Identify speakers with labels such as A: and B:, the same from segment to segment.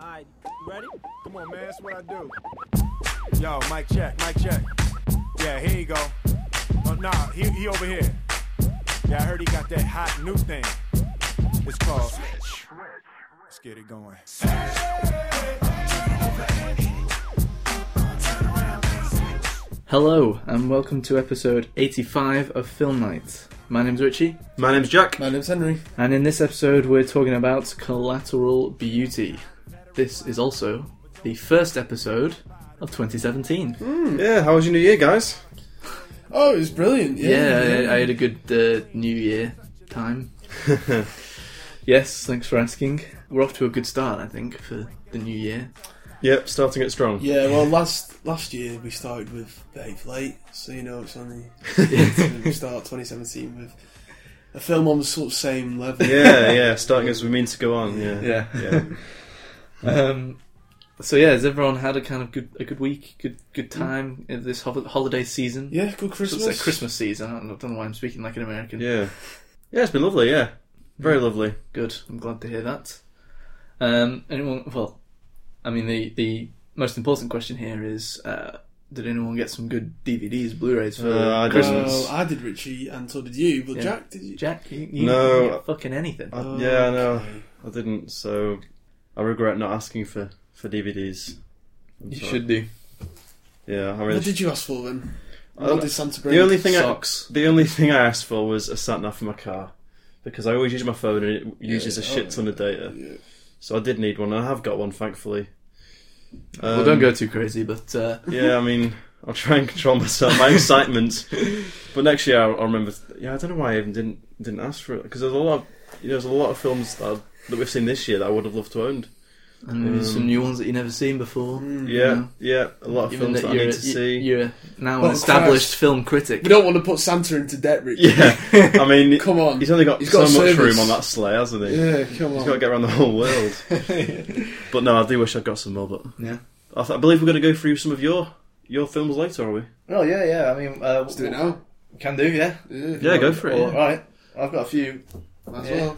A: Alright, you ready?
B: Come on, man. That's what I do. Yo, mic check, mic check. Yeah, here you go. Oh, nah, he, he over here. Yeah, I heard he got that hot new thing. It's called. Let's get it going.
C: Hello, and welcome to episode 85 of Film Night. My name's Richie,
D: My name's Jack.
E: My name's Henry.
C: and in this episode, we're talking about collateral beauty. This is also the first episode of 2017.
D: Yeah, how was your new year, guys?
E: Oh, it was brilliant. Yeah,
C: Yeah, I, I had a good uh, New Year time. yes, thanks for asking. We're off to a good start, I think, for the new year.
D: Yep, starting it strong.
E: Yeah, well, last last year we started with the Eighth Late, so you know it's only it's gonna start 2017 with a film on the sort of same level.
D: yeah, yeah, starting as we mean to go on. Yeah,
C: Yeah.
D: yeah.
C: Um, so yeah, has everyone had a kind of good a good week, good good time in this ho- holiday season?
E: Yeah, good
C: So It's
E: Christmas.
C: like Christmas season. I don't, don't know why I'm speaking like an American.
D: yeah, yeah. It's been lovely. Yeah, very lovely.
C: Good. I'm glad to hear that. Um, anyone? Well, I mean, the the most important question here is: uh, Did anyone get some good DVDs, Blu-rays for
D: Uh, I didn't.
C: Christmas?
E: Well, I did Richie, and so did you, but
C: Yeah.
E: Jack, did you?
C: Jack, you, you
D: No.
C: didn't get fucking anything.
D: I, Uh, yeah, I know.
E: Okay.
D: I didn't, so I regret not asking for for DVDs. I'm
C: you
D: sorry.
C: should do.
D: Yeah, I really.
E: What did you ask for then?
D: I don't-
E: What did Santa bring?
D: Um, the only thing
C: Socks.
D: I the only thing I asked for was a sat nav for my car because I always use my phone and it uses a shit ton of data.
E: Yeah.
D: So I did need one. and I have got one, thankfully.
C: well,
D: Um,
C: don't go too crazy, but uh,
D: Yeah, I mean, I'll try and control myself, my excitement. But next year, I'll, I'll remember. Yeah, I don't know why I even didn't didn't ask for it because there's a lot. Of, you know, there's a lot of films that, I, that we've seen this year that I would have loved to owned.
C: and maybe
D: Um,
C: some new ones that you've never seen before.
E: Mm-hmm. Mm.
D: Yeah,
C: Mhm.
D: yeah, a lot of
C: Even
D: films that,
C: that
D: I
C: you're,
D: need to
C: you-
D: see. Oh,
C: you're now
E: Well,
C: an established
E: Christ.
C: film critic.
E: We don't want to put Santa into debt, Richie.
D: yeah, I mean,
E: Come on.
D: he's only got
E: He's
D: so
E: got a
D: much
E: service.
D: room on that sleigh, hasn't he?
E: Yeah, come
D: He's got to
E: on.
D: get around the whole world. but no, I do wish I'd got some more. But
C: Yeah.
D: I, th- I believe we're going to go through some of your your films later, are we?
E: Mm-hmm.
C: Well, yeah, yeah. I mean, uh,
E: Let's do it now.
C: Can do, yeah.
E: Yeah,
D: Yeah, go for it.
C: All
D: Yeah.
C: right, I've got a few
E: might as
C: Yeah.
E: well.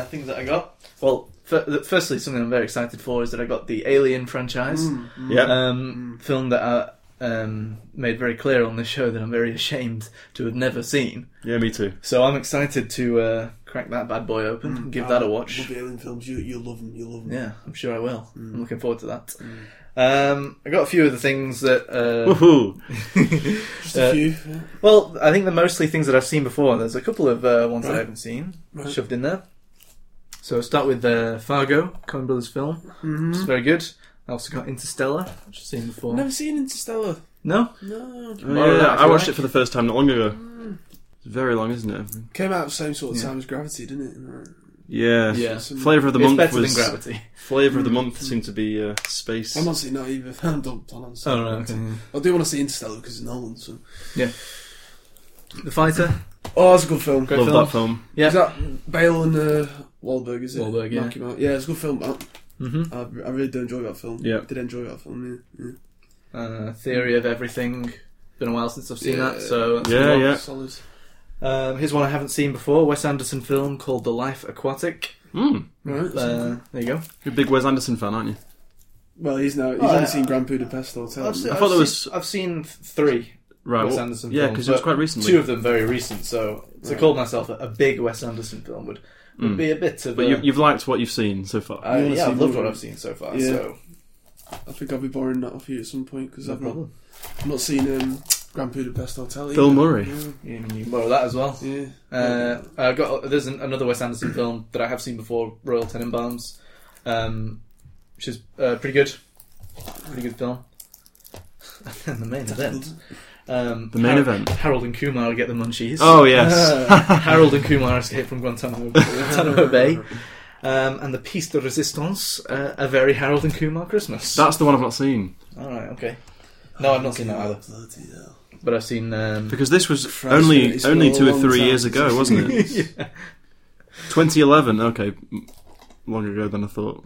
C: uh, things that I got. Well, f- firstly, something I'm very excited for is that I got the Alien franchise
E: Mm, mm.
D: Yeah.
C: um, film that I um, made very clear on this show that I'm very ashamed to have never seen.
D: yeah, me too.
C: So I'm excited to uh, crack that bad boy open, and Mm, give
E: Ah,
C: that a watch.
E: Love alien films. You you love them. You love Mm. them.
C: Yeah, Mm. I'm sure I will. I'm looking forward to that.
E: Mm.
C: Um, I got a few of the things that. Uh,
D: Woohoo!
E: Just a
C: Uh,
E: few.
C: Well, I think they're mostly things that I've seen before. There's a couple of uh, ones that I
E: Right.
C: haven't seen
E: Right.
C: shoved in there. So I'll start with uh, Fargo, Coen Brothers film. It's very good. I also got Interstellar, which I've seen before.
E: Mm-hmm. Never seen Interstellar.
C: No?
E: No.
D: Oh, yeah,
C: I
D: I,
C: feel
D: watched
C: like-
D: it for the first time not long ago. It's very long, isn't it?
E: Came out at the same sort of
C: Yeah.
E: time as Gravity, didn't it? Right.
D: Yeah.
C: Yeah.
E: Some-
D: Flavor of the
C: it's
D: month
C: better
D: was
C: than Gravity.
D: flavor of the month seemed to be uh, space.
E: I'm honestly not even. I don't plan on seeing
C: Oh, no,
E: it.
C: okay.
E: I do want to see Interstellar because it's Nolan. So.
C: The Fighter.
E: Oh, that's a good film.
C: Great
D: Love
C: film.
D: that film.
C: yeah.
E: Is that Bale and uh, Wahlberg? Is it?
C: Wahlberg, yeah.
E: Knock him out. Yeah, it's a good film. I,
C: hmm
E: I, I really do enjoy that film.
D: Yeah.
E: Did enjoy that film. Yeah. yeah.
C: Uh, Theory of Everything. Been a while since I've seen
E: Yeah.
C: that, so that's
D: Yeah,
C: a good
D: yeah.
E: Solid.
C: one. Um, here's one I haven't seen before Wes Anderson film called The Life Aquatic.
D: Mm.
E: Right.
C: Uh, there you go.
D: You're a big Wes Anderson fan, aren't you?
E: well, he's now. He's
C: Oh,
E: only
C: yeah.
E: seen Grand Budapest Hotel.
D: Um, I thought there was-
C: I've seen three.
D: Right.
C: Wes
D: well,
C: Anderson
D: yeah,
C: films,
D: because it was
C: but
D: quite recently.
C: Two of them very recent, so to call myself a, a big Wes Anderson film would, would
D: Mm.
C: be a bit of
D: But
C: a.
D: you, you've liked what you've seen so far.
C: I-
E: You wanna
C: yeah,
E: see
C: I've loved
E: more.
C: what I've seen so far,
E: Yeah.
C: so.
E: I think I'll be borrowing that off you at some point because
C: No
E: I've not,
C: problem.
E: not seen um, Grand Budapest Hotel. Either.
D: Bill Murray.
E: Yeah.
C: Yeah, I mean, you can borrow that as well.
E: yeah.
C: Uh, I got there's an, another Wes Anderson film that I have seen before, Royal Tenenbaums, um, which is uh, pretty good, pretty good film. and the main event, um,
D: The main
C: Har-
D: event.
C: Harold and Kumar get the munchies.
D: Oh yes.
C: Harold and Kumar escape from Guantanamo, Guantanamo Bay, um, and the piece de resistance, uh, a very Harold and Kumar Christmas.
D: That's the one I've not seen
C: All right, okay. No, I've not seen that either,
E: Bloody hell.
C: but I've seen. Um,
D: because this was
E: Christ,
D: only
E: it's been
D: only
E: a
D: two or
E: long
D: three
E: time
D: years ago,
E: since
D: wasn't
E: I've
D: it?
E: seen
D: 2011. Okay, m- longer ago than I thought.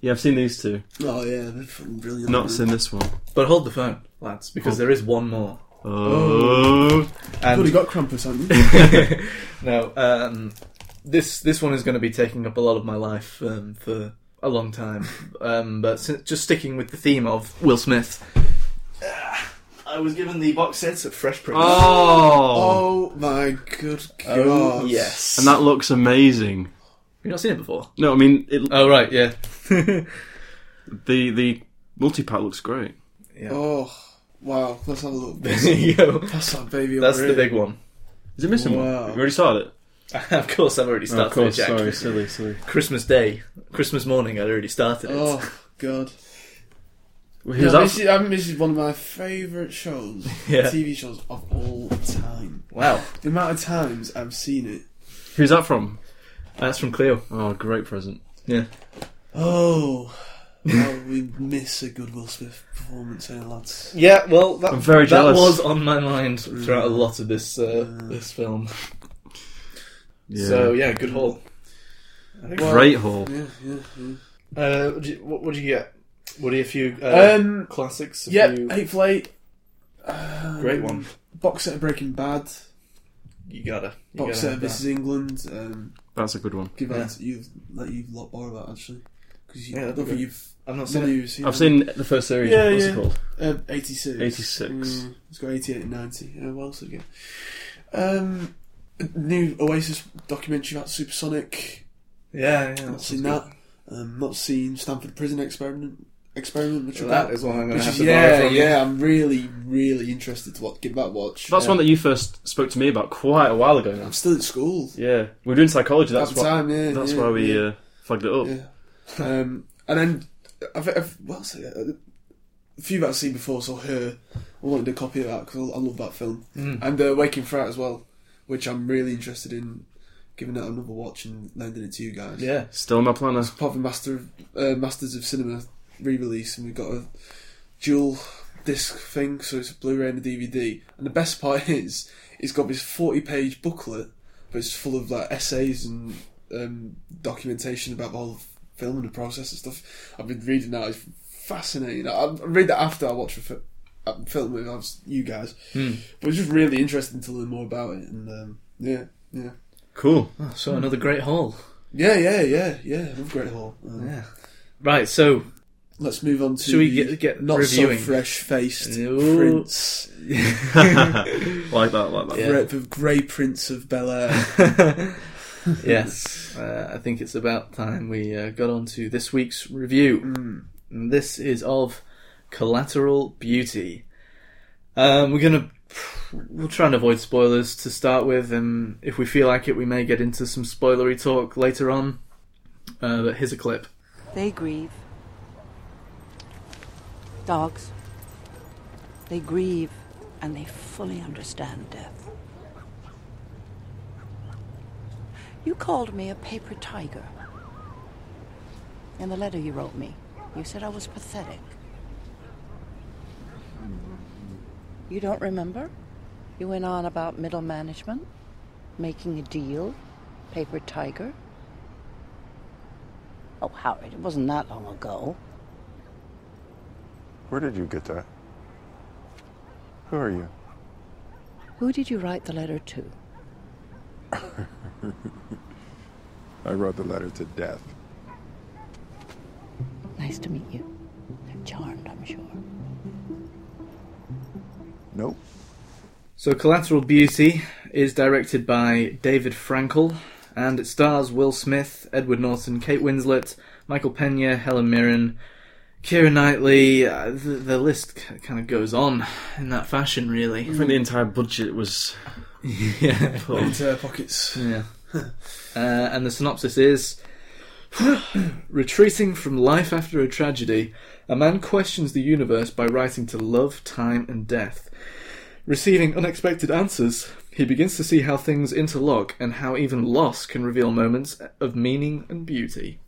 D: Yeah, I've seen these two.
E: Oh yeah, they're fucking brilliant.
D: Not seen this one.
C: but hold the phone, lads, because there is one more.
D: Oh,
E: You've
C: And
E: already got Krampus, haven't you?
C: no, um, this this one is going to be taking up a lot of my life um, for a long time. Um, but si- just sticking with the theme of Will Smith. Uh, I was given the box set of Fresh Prince.
D: Oh,
E: Oh my good god!
C: Oh, yes.
D: and that looks amazing.
C: You've not seen it before?
D: No, I mean it,
C: Oh, right, yeah. yeah.
D: the the multi pack looks great.
E: Oh wow! Let's have a look.
C: Yo,
E: That's that baby.
C: that's
E: over
C: the
E: here.
C: big one.
D: Is it missing one?
E: Wow.
D: Have you already started it?
C: of course, I've
D: Oh,
C: already started it, Jack.
D: silly, silly.
C: Christmas Day, Christmas morning, I'd already started it.
E: Oh god!
D: Well,
E: No,
D: here's
E: this,
D: that-
E: is, I mean, this is one of my favourite shows,
C: Yeah.
E: TV shows of all time.
C: Wow.
E: The amount of times I've seen it.
D: Who's that from?
C: That's from Cleo.
D: Oh, great present.
C: Yeah.
E: Oh, how we miss a good Will Smith performance, eh, lads?
C: Yeah, well, that,
D: I'm very
C: that
D: jealous.
C: was on my mind throughout a lot of this uh, this film. So, yeah, good haul.
D: great haul.
E: Yeah, yeah, yeah.
C: Uh, what, do you, what, what do you get? What are a few uh,
E: Um,
C: classics? A
E: yeah,
C: few-
E: Hateful Eight. Um,
C: great one.
E: Box set of Breaking Bad.
C: You gotta. You
E: Box
C: gotta
E: set
C: have
E: of This Is England. Um,
D: That's a good one.
E: give
C: Yeah.
E: that you've let you lot more of that actually, because you
C: Yeah,
E: I
C: that'd
E: don't
C: be
E: think
C: good.
E: you've
C: that. I've not
E: none
C: seen
E: of
C: it.
E: you have seen.
D: I've
E: it.
D: seen the first series.
E: Yeah,
D: What's
E: yeah.
D: it called?
E: Um, 86.
D: 86.
E: Mm, it's got 88 and 90. Uh, what else have we got? Um, new Oasis documentary about Supersonic.
C: Yeah, yeah.
E: not seen that. Um, not seen Stanford Prison Experiment. Experiment, which I
C: That
E: got-
C: is one I'm gonna
E: which
C: have
E: is
C: to borrow
E: yeah,
C: from you.
E: yeah. I'm really, really interested to what, give that watch.
D: That's one that you first spoke to me about quite a while ago now.
E: I'm still at school.
D: Yeah, we were doing psychology. That's
E: At the
D: why.
E: time, yeah,
D: That's
E: yeah,
D: why we
E: yeah,
D: uh, flagged it up.
E: yeah. Um, and then I've, I've what else? Uh, A few that I've seen before. So her, I wanted a copy of that because I love that film.
C: Mm.
E: and uh, Waking Fright as well, which I'm really interested in giving that another watch and lending it to you guys.
C: Yeah.
D: Still in my planner.
E: Apart from Master of, uh, Masters of Cinema re-release, and we've got a dual disc thing, so it's a Blu-ray and a DVD. And the best part is, it's got this 40-page booklet, but it's full of like essays and um, documentation about the whole film and the process and stuff. I've been reading that; it's fascinating. I, I read that after I watch the fi- uh, film with us- you guys.
C: Hmm.
E: But it's just really interesting to learn more about it, and um, yeah, yeah,
D: Cool.
C: Oh, so another great haul.
E: yeah, yeah, yeah, yeah. I love Great Hall. Um,
C: Right. So
E: Let's move on to
C: Should we
E: the
C: get- get
E: not
C: reviewing?
E: so fresh faced
C: No.
E: Prince,
D: like that. Like that.
C: Yeah.
E: Gre- the Grey Prince of Bel Air.
C: yes, uh, I think it's about time we uh, got on to this week's review. And This is of Collateral Beauty. Um, we're gonna we'll try and avoid spoilers to start with, and if we feel like it, we may get into some spoilery talk later on. Uh, but here's a clip.
A: They grieve. Dogs. They grieve and they fully understand death. You called me a paper tiger. In the letter you wrote me, you said I was pathetic. You don't remember? You went on about middle management, making a deal, paper tiger. Oh, Howard, it wasn't that long ago.
F: Where did you get that? Who are you?
A: Who did you write the letter to?
F: I wrote the letter to death.
A: Nice to meet you. They're charmed, I'm sure.
F: Nope.
C: So, Collateral Beauty is directed by David Frankel, and it stars Will Smith, Edward Norton, Kate Winslet, Michael Pena, Helen Mirren, Keira Knightley. Uh, the, the list k- kind of goes on in that fashion,
D: I
C: really.
D: think the entire budget was.
C: yeah.
D: put on.
E: into their pockets.
C: Yeah. Uh, and the synopsis is Retreating from life after a tragedy, a man questions the universe by writing to love, time, and death. Receiving unexpected answers, he begins to see how things interlock and how even loss can reveal moments of meaning and beauty.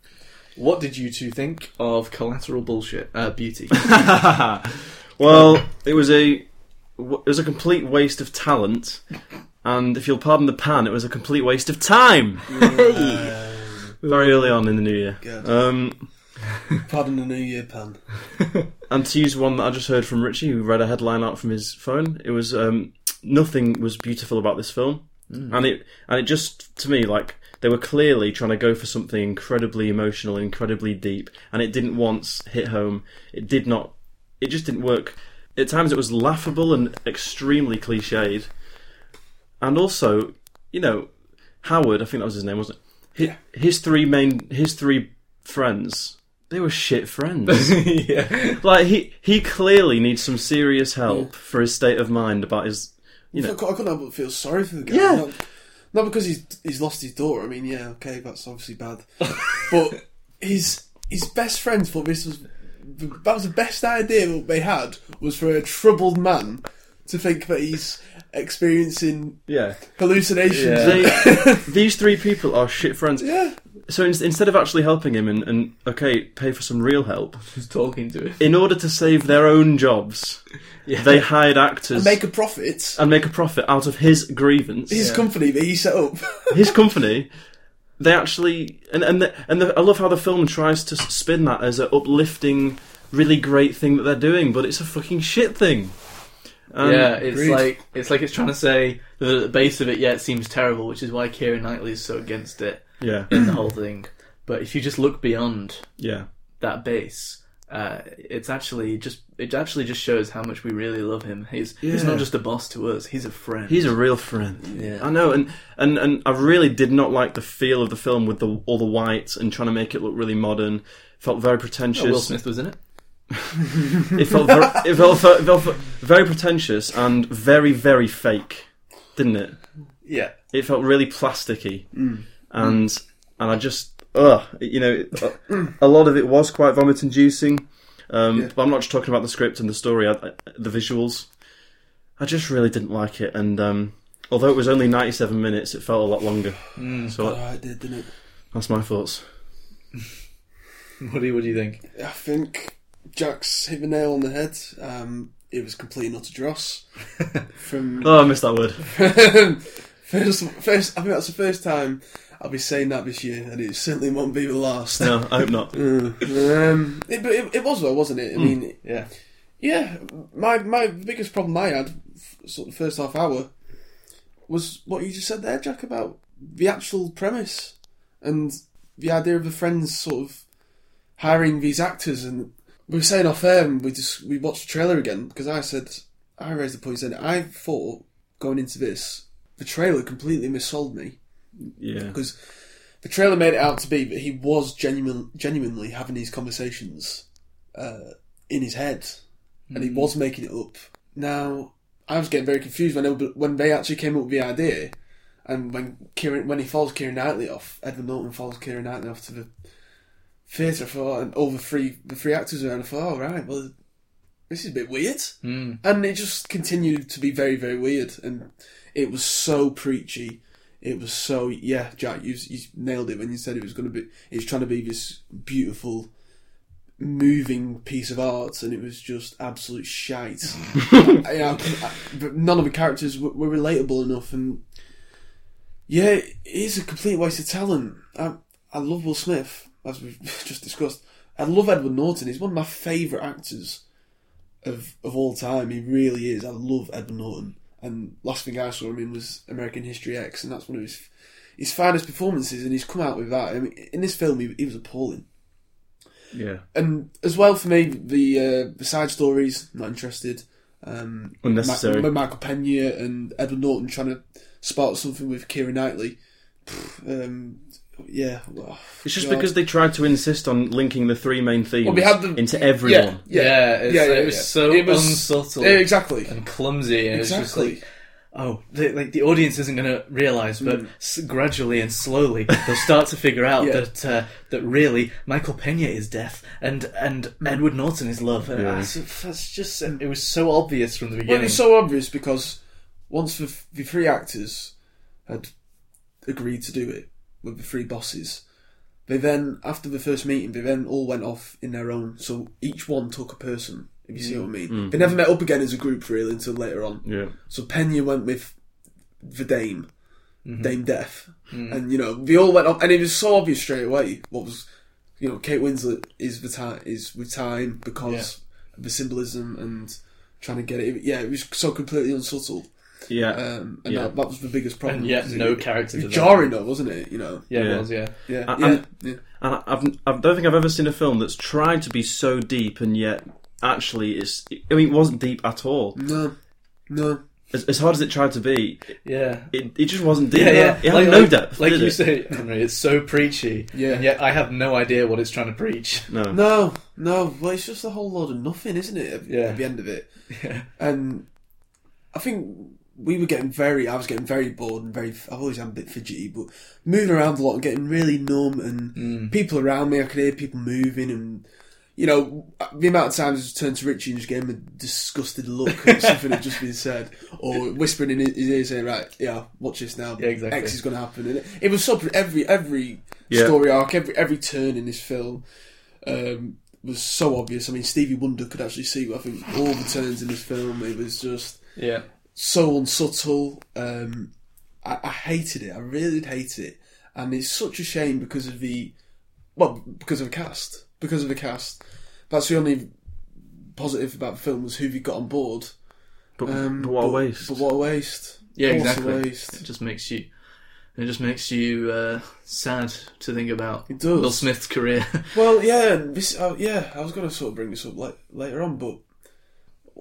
C: What did you two think of collateral bullshit? Uh, beauty.
D: well, it was a it was a complete waste of talent, and if you'll pardon the pan, it was a complete waste of time. Very early on in the new year.
E: Good.
C: Uh.
D: Um,
E: Pardon the New Year pan.
D: and to use one that I just heard from Richie, who read a headline out from his phone, it was um, nothing was beautiful about this film, and it and it just to me like They were clearly trying to go for something incredibly emotional, incredibly deep, and it didn't once hit home. It did not. It just didn't work. At times, it was laughable and extremely cliched. And also, you know, Howard, I think that was his name, wasn't it? His,
E: Yeah.
D: his three main, his three friends, they were shit friends.
C: yeah.
D: like he, he clearly needs some serious help for his state of mind about his. You
E: I
D: know,
E: couldn't help but feel sorry for the guy.
D: Yeah.
E: Not, not because he's he's lost his daughter. I mean, yeah, okay, that's obviously bad. but his his best friend thought this was that was the best idea that they had was for a troubled man to think that he's experiencing
D: yeah.
E: hallucinations.
C: Yeah.
D: They, these three people are shit friends.
E: Yeah.
D: So in, instead of actually helping him and, and okay, pay for some real help,
C: Who's talking to it?
D: in order to save their own jobs,
C: Yeah.
D: they hired actors
E: And make a profit.
D: and make a profit out of his grievance.
E: His
C: Yeah.
E: company that he set up.
D: his company they actually and and the, and the, I love how the film tries to s- spin that as an uplifting really great thing that they're doing but it's a fucking shit thing Um,
C: yeah, it's
E: agreed.
C: like it's like it's trying to say that at the base of it, yeah, it seems terrible, which is why Kieran Knightley is so against it
D: yeah
C: in the whole thing. But if you just look beyond
D: yeah
C: that base, uh, it's actually just it actually just shows how much we really love him. He's he's
D: Yeah.
C: not just a boss to us; he's a friend.
D: he's a real friend
C: Yeah.
D: I know and, and and I really did not like the feel of the film with the all the whites and trying to make it look really modern felt very pretentious
C: Oh, Will Smith was in it.
D: it felt very, it felt, it felt very pretentious and very very fake didn't it
E: yeah.
D: it felt really plasticky
E: Mm.
D: and and i just ugh, you know a- a lot of it was quite vomit inducing um,
E: Yeah.
D: but i'm not just talking about the script and the story I, I- the visuals i just really didn't like it and um, although it was only 97 minutes it felt a lot longer
E: Mm.
D: so
E: Alright, did, didn't Oh, it?
D: that's my thoughts
C: What do you, what do you think?
E: I think Jack's hit the nail on the head. Um, it was complete and utter dross. From
D: oh i missed that word
E: first, first, I think that's the first time I'll be saying that this year, and it certainly won't be the last.
D: no i hope not
E: um, it, but it, it was though, wasn't it? I mean,
C: Yeah,
E: yeah. My my biggest problem I had, f- sort of the first half hour, was what you just said there, Jack, about the actual premise and the idea of the friends sort of hiring these actors. And we were saying off air, and we just we watched the trailer again because I said I raised the point saying I thought going into this the trailer completely missold me
D: yeah
E: because the trailer made it out to be that he was genuine, genuinely having these conversations uh, in his head, and he was making it up. Now, I was getting very confused when they, when they actually came up with the idea, and when Kieran when he follows Kieran Knightley off, Edward Norton follows Kieran Knightley off to the theatre for and all the three the three actors around. I thought, oh right, well, this is a bit weird, mm. and it just continued to be very very weird, and it was so preachy. It was so yeah, Jack. You you nailed it when you said it was going to be. It's trying to be this beautiful, moving piece of art, and it was just absolute shite. yeah, I- I- but none of the characters were, were relatable enough, and yeah, it is a complete waste of talent. I I love Will Smith as we've just discussed. I love Edward Norton. He's one of my favourite actors of of all time. He really is. I love Edward Norton. And last thing I saw him in was American History X, and that's one of his his finest performances. And he's come out with that. I mean, in this film, he, he was appalling.
D: yeah
E: And as well for me, the uh, the side stories not interested. Um,
D: Unnecessary.
E: Ma- Michael Pena and Edward Norton trying to spark something with Kira Knightley. Pff, um, yeah, oh, well,
D: it's just
E: God.
D: because they tried to insist on linking the three main themes
E: Well, we had the-
D: into everyone
C: yeah, it's,
E: yeah, yeah,
C: it was
E: yeah.
C: so
E: It was-
C: unsubtle
E: Yeah, exactly.
C: and clumsy, and it's just
E: Exactly. Mm.
C: like. Oh, they, like the audience isn't going to realize, but s- gradually and slowly they'll start to figure out
E: Yeah.
C: that uh, that really Michael Pena is death and and
E: Mm.
C: Edward Norton is love, and that's, that's just it was so obvious from the
E: Well,
C: beginning.
E: it's so obvious because once the, the three actors had agreed to do it with the three bosses, they then, after the first meeting, they then all went off in their own. So each one took a person, if you see what I mean. They never met up again as a group, really, until later on.
D: yeah
E: So Pena went with the Dame,
C: Mm-hmm.
E: Dame Death,
C: Mm.
E: and you know they all went up, and it was so obvious straight away what was, you know, Kate Winslet is with time is with time because of the symbolism and trying to get it. Yeah, it was so completely unsubtle.
D: Yeah.
E: Um, and
D: Yeah.
E: that, that was the biggest problem.
C: And yet,
E: 'cause
C: no
E: it,
C: character.
E: it was
C: development.
E: jarring though, wasn't it? You know.
C: Yeah,
D: Yeah.
C: it was. Yeah,
E: Yeah.
D: I-
E: yeah,
D: I'm-
E: yeah.
D: And I- I've, I don't think I've ever seen a film that's tried to be so deep and yet actually is. I mean, it wasn't deep at all.
E: No. No.
D: As, as hard as it tried to be,
C: yeah.
D: it, it just wasn't deep.
C: Yeah, yeah.
D: It had no depth.
C: Like
D: did
C: you
D: it?
C: say, Henry, it's so preachy.
E: Yeah.
C: And yet I have no idea what it's trying to preach.
D: No.
E: No. No. Well, it's just a whole load of nothing, isn't it? At,
C: Yeah.
E: at the end of it,
C: Yeah.
E: and I think we were getting very. I was getting very bored and very. I've always am a bit fidgety, but moving around a lot and getting really numb. And
C: Mm.
E: people around me, I could hear people moving and. You know, the amount of times I just turned to Richie and just gave him a disgusted look at something that had just been said, or whispering in his ear saying, "Right, yeah, watch this now.
C: Yeah, exactly.
E: X is going to happen." And it, it was so pre- every every
D: Yeah.
E: story arc, every every turn in this film um, was so obvious. I mean, Stevie Wonder could actually see. I think all the turns in this film. It was just
C: Yeah.
E: so unsubtle. Um, I, I hated it. I really did hate it, and it's such a shame because of the well, because of the cast. Because of the cast, that's the only positive about the film was who they got on board.
D: But,
E: Um,
D: but what a waste.
E: But what a waste!
C: Yeah,
E: What a
C: exactly. It
E: waste.
C: just makes you. It just makes you uh, sad to think about
E: It does.
C: Will Smith's career.
E: Well, yeah, and this, uh, yeah. I was going to sort of bring this up like, later on, but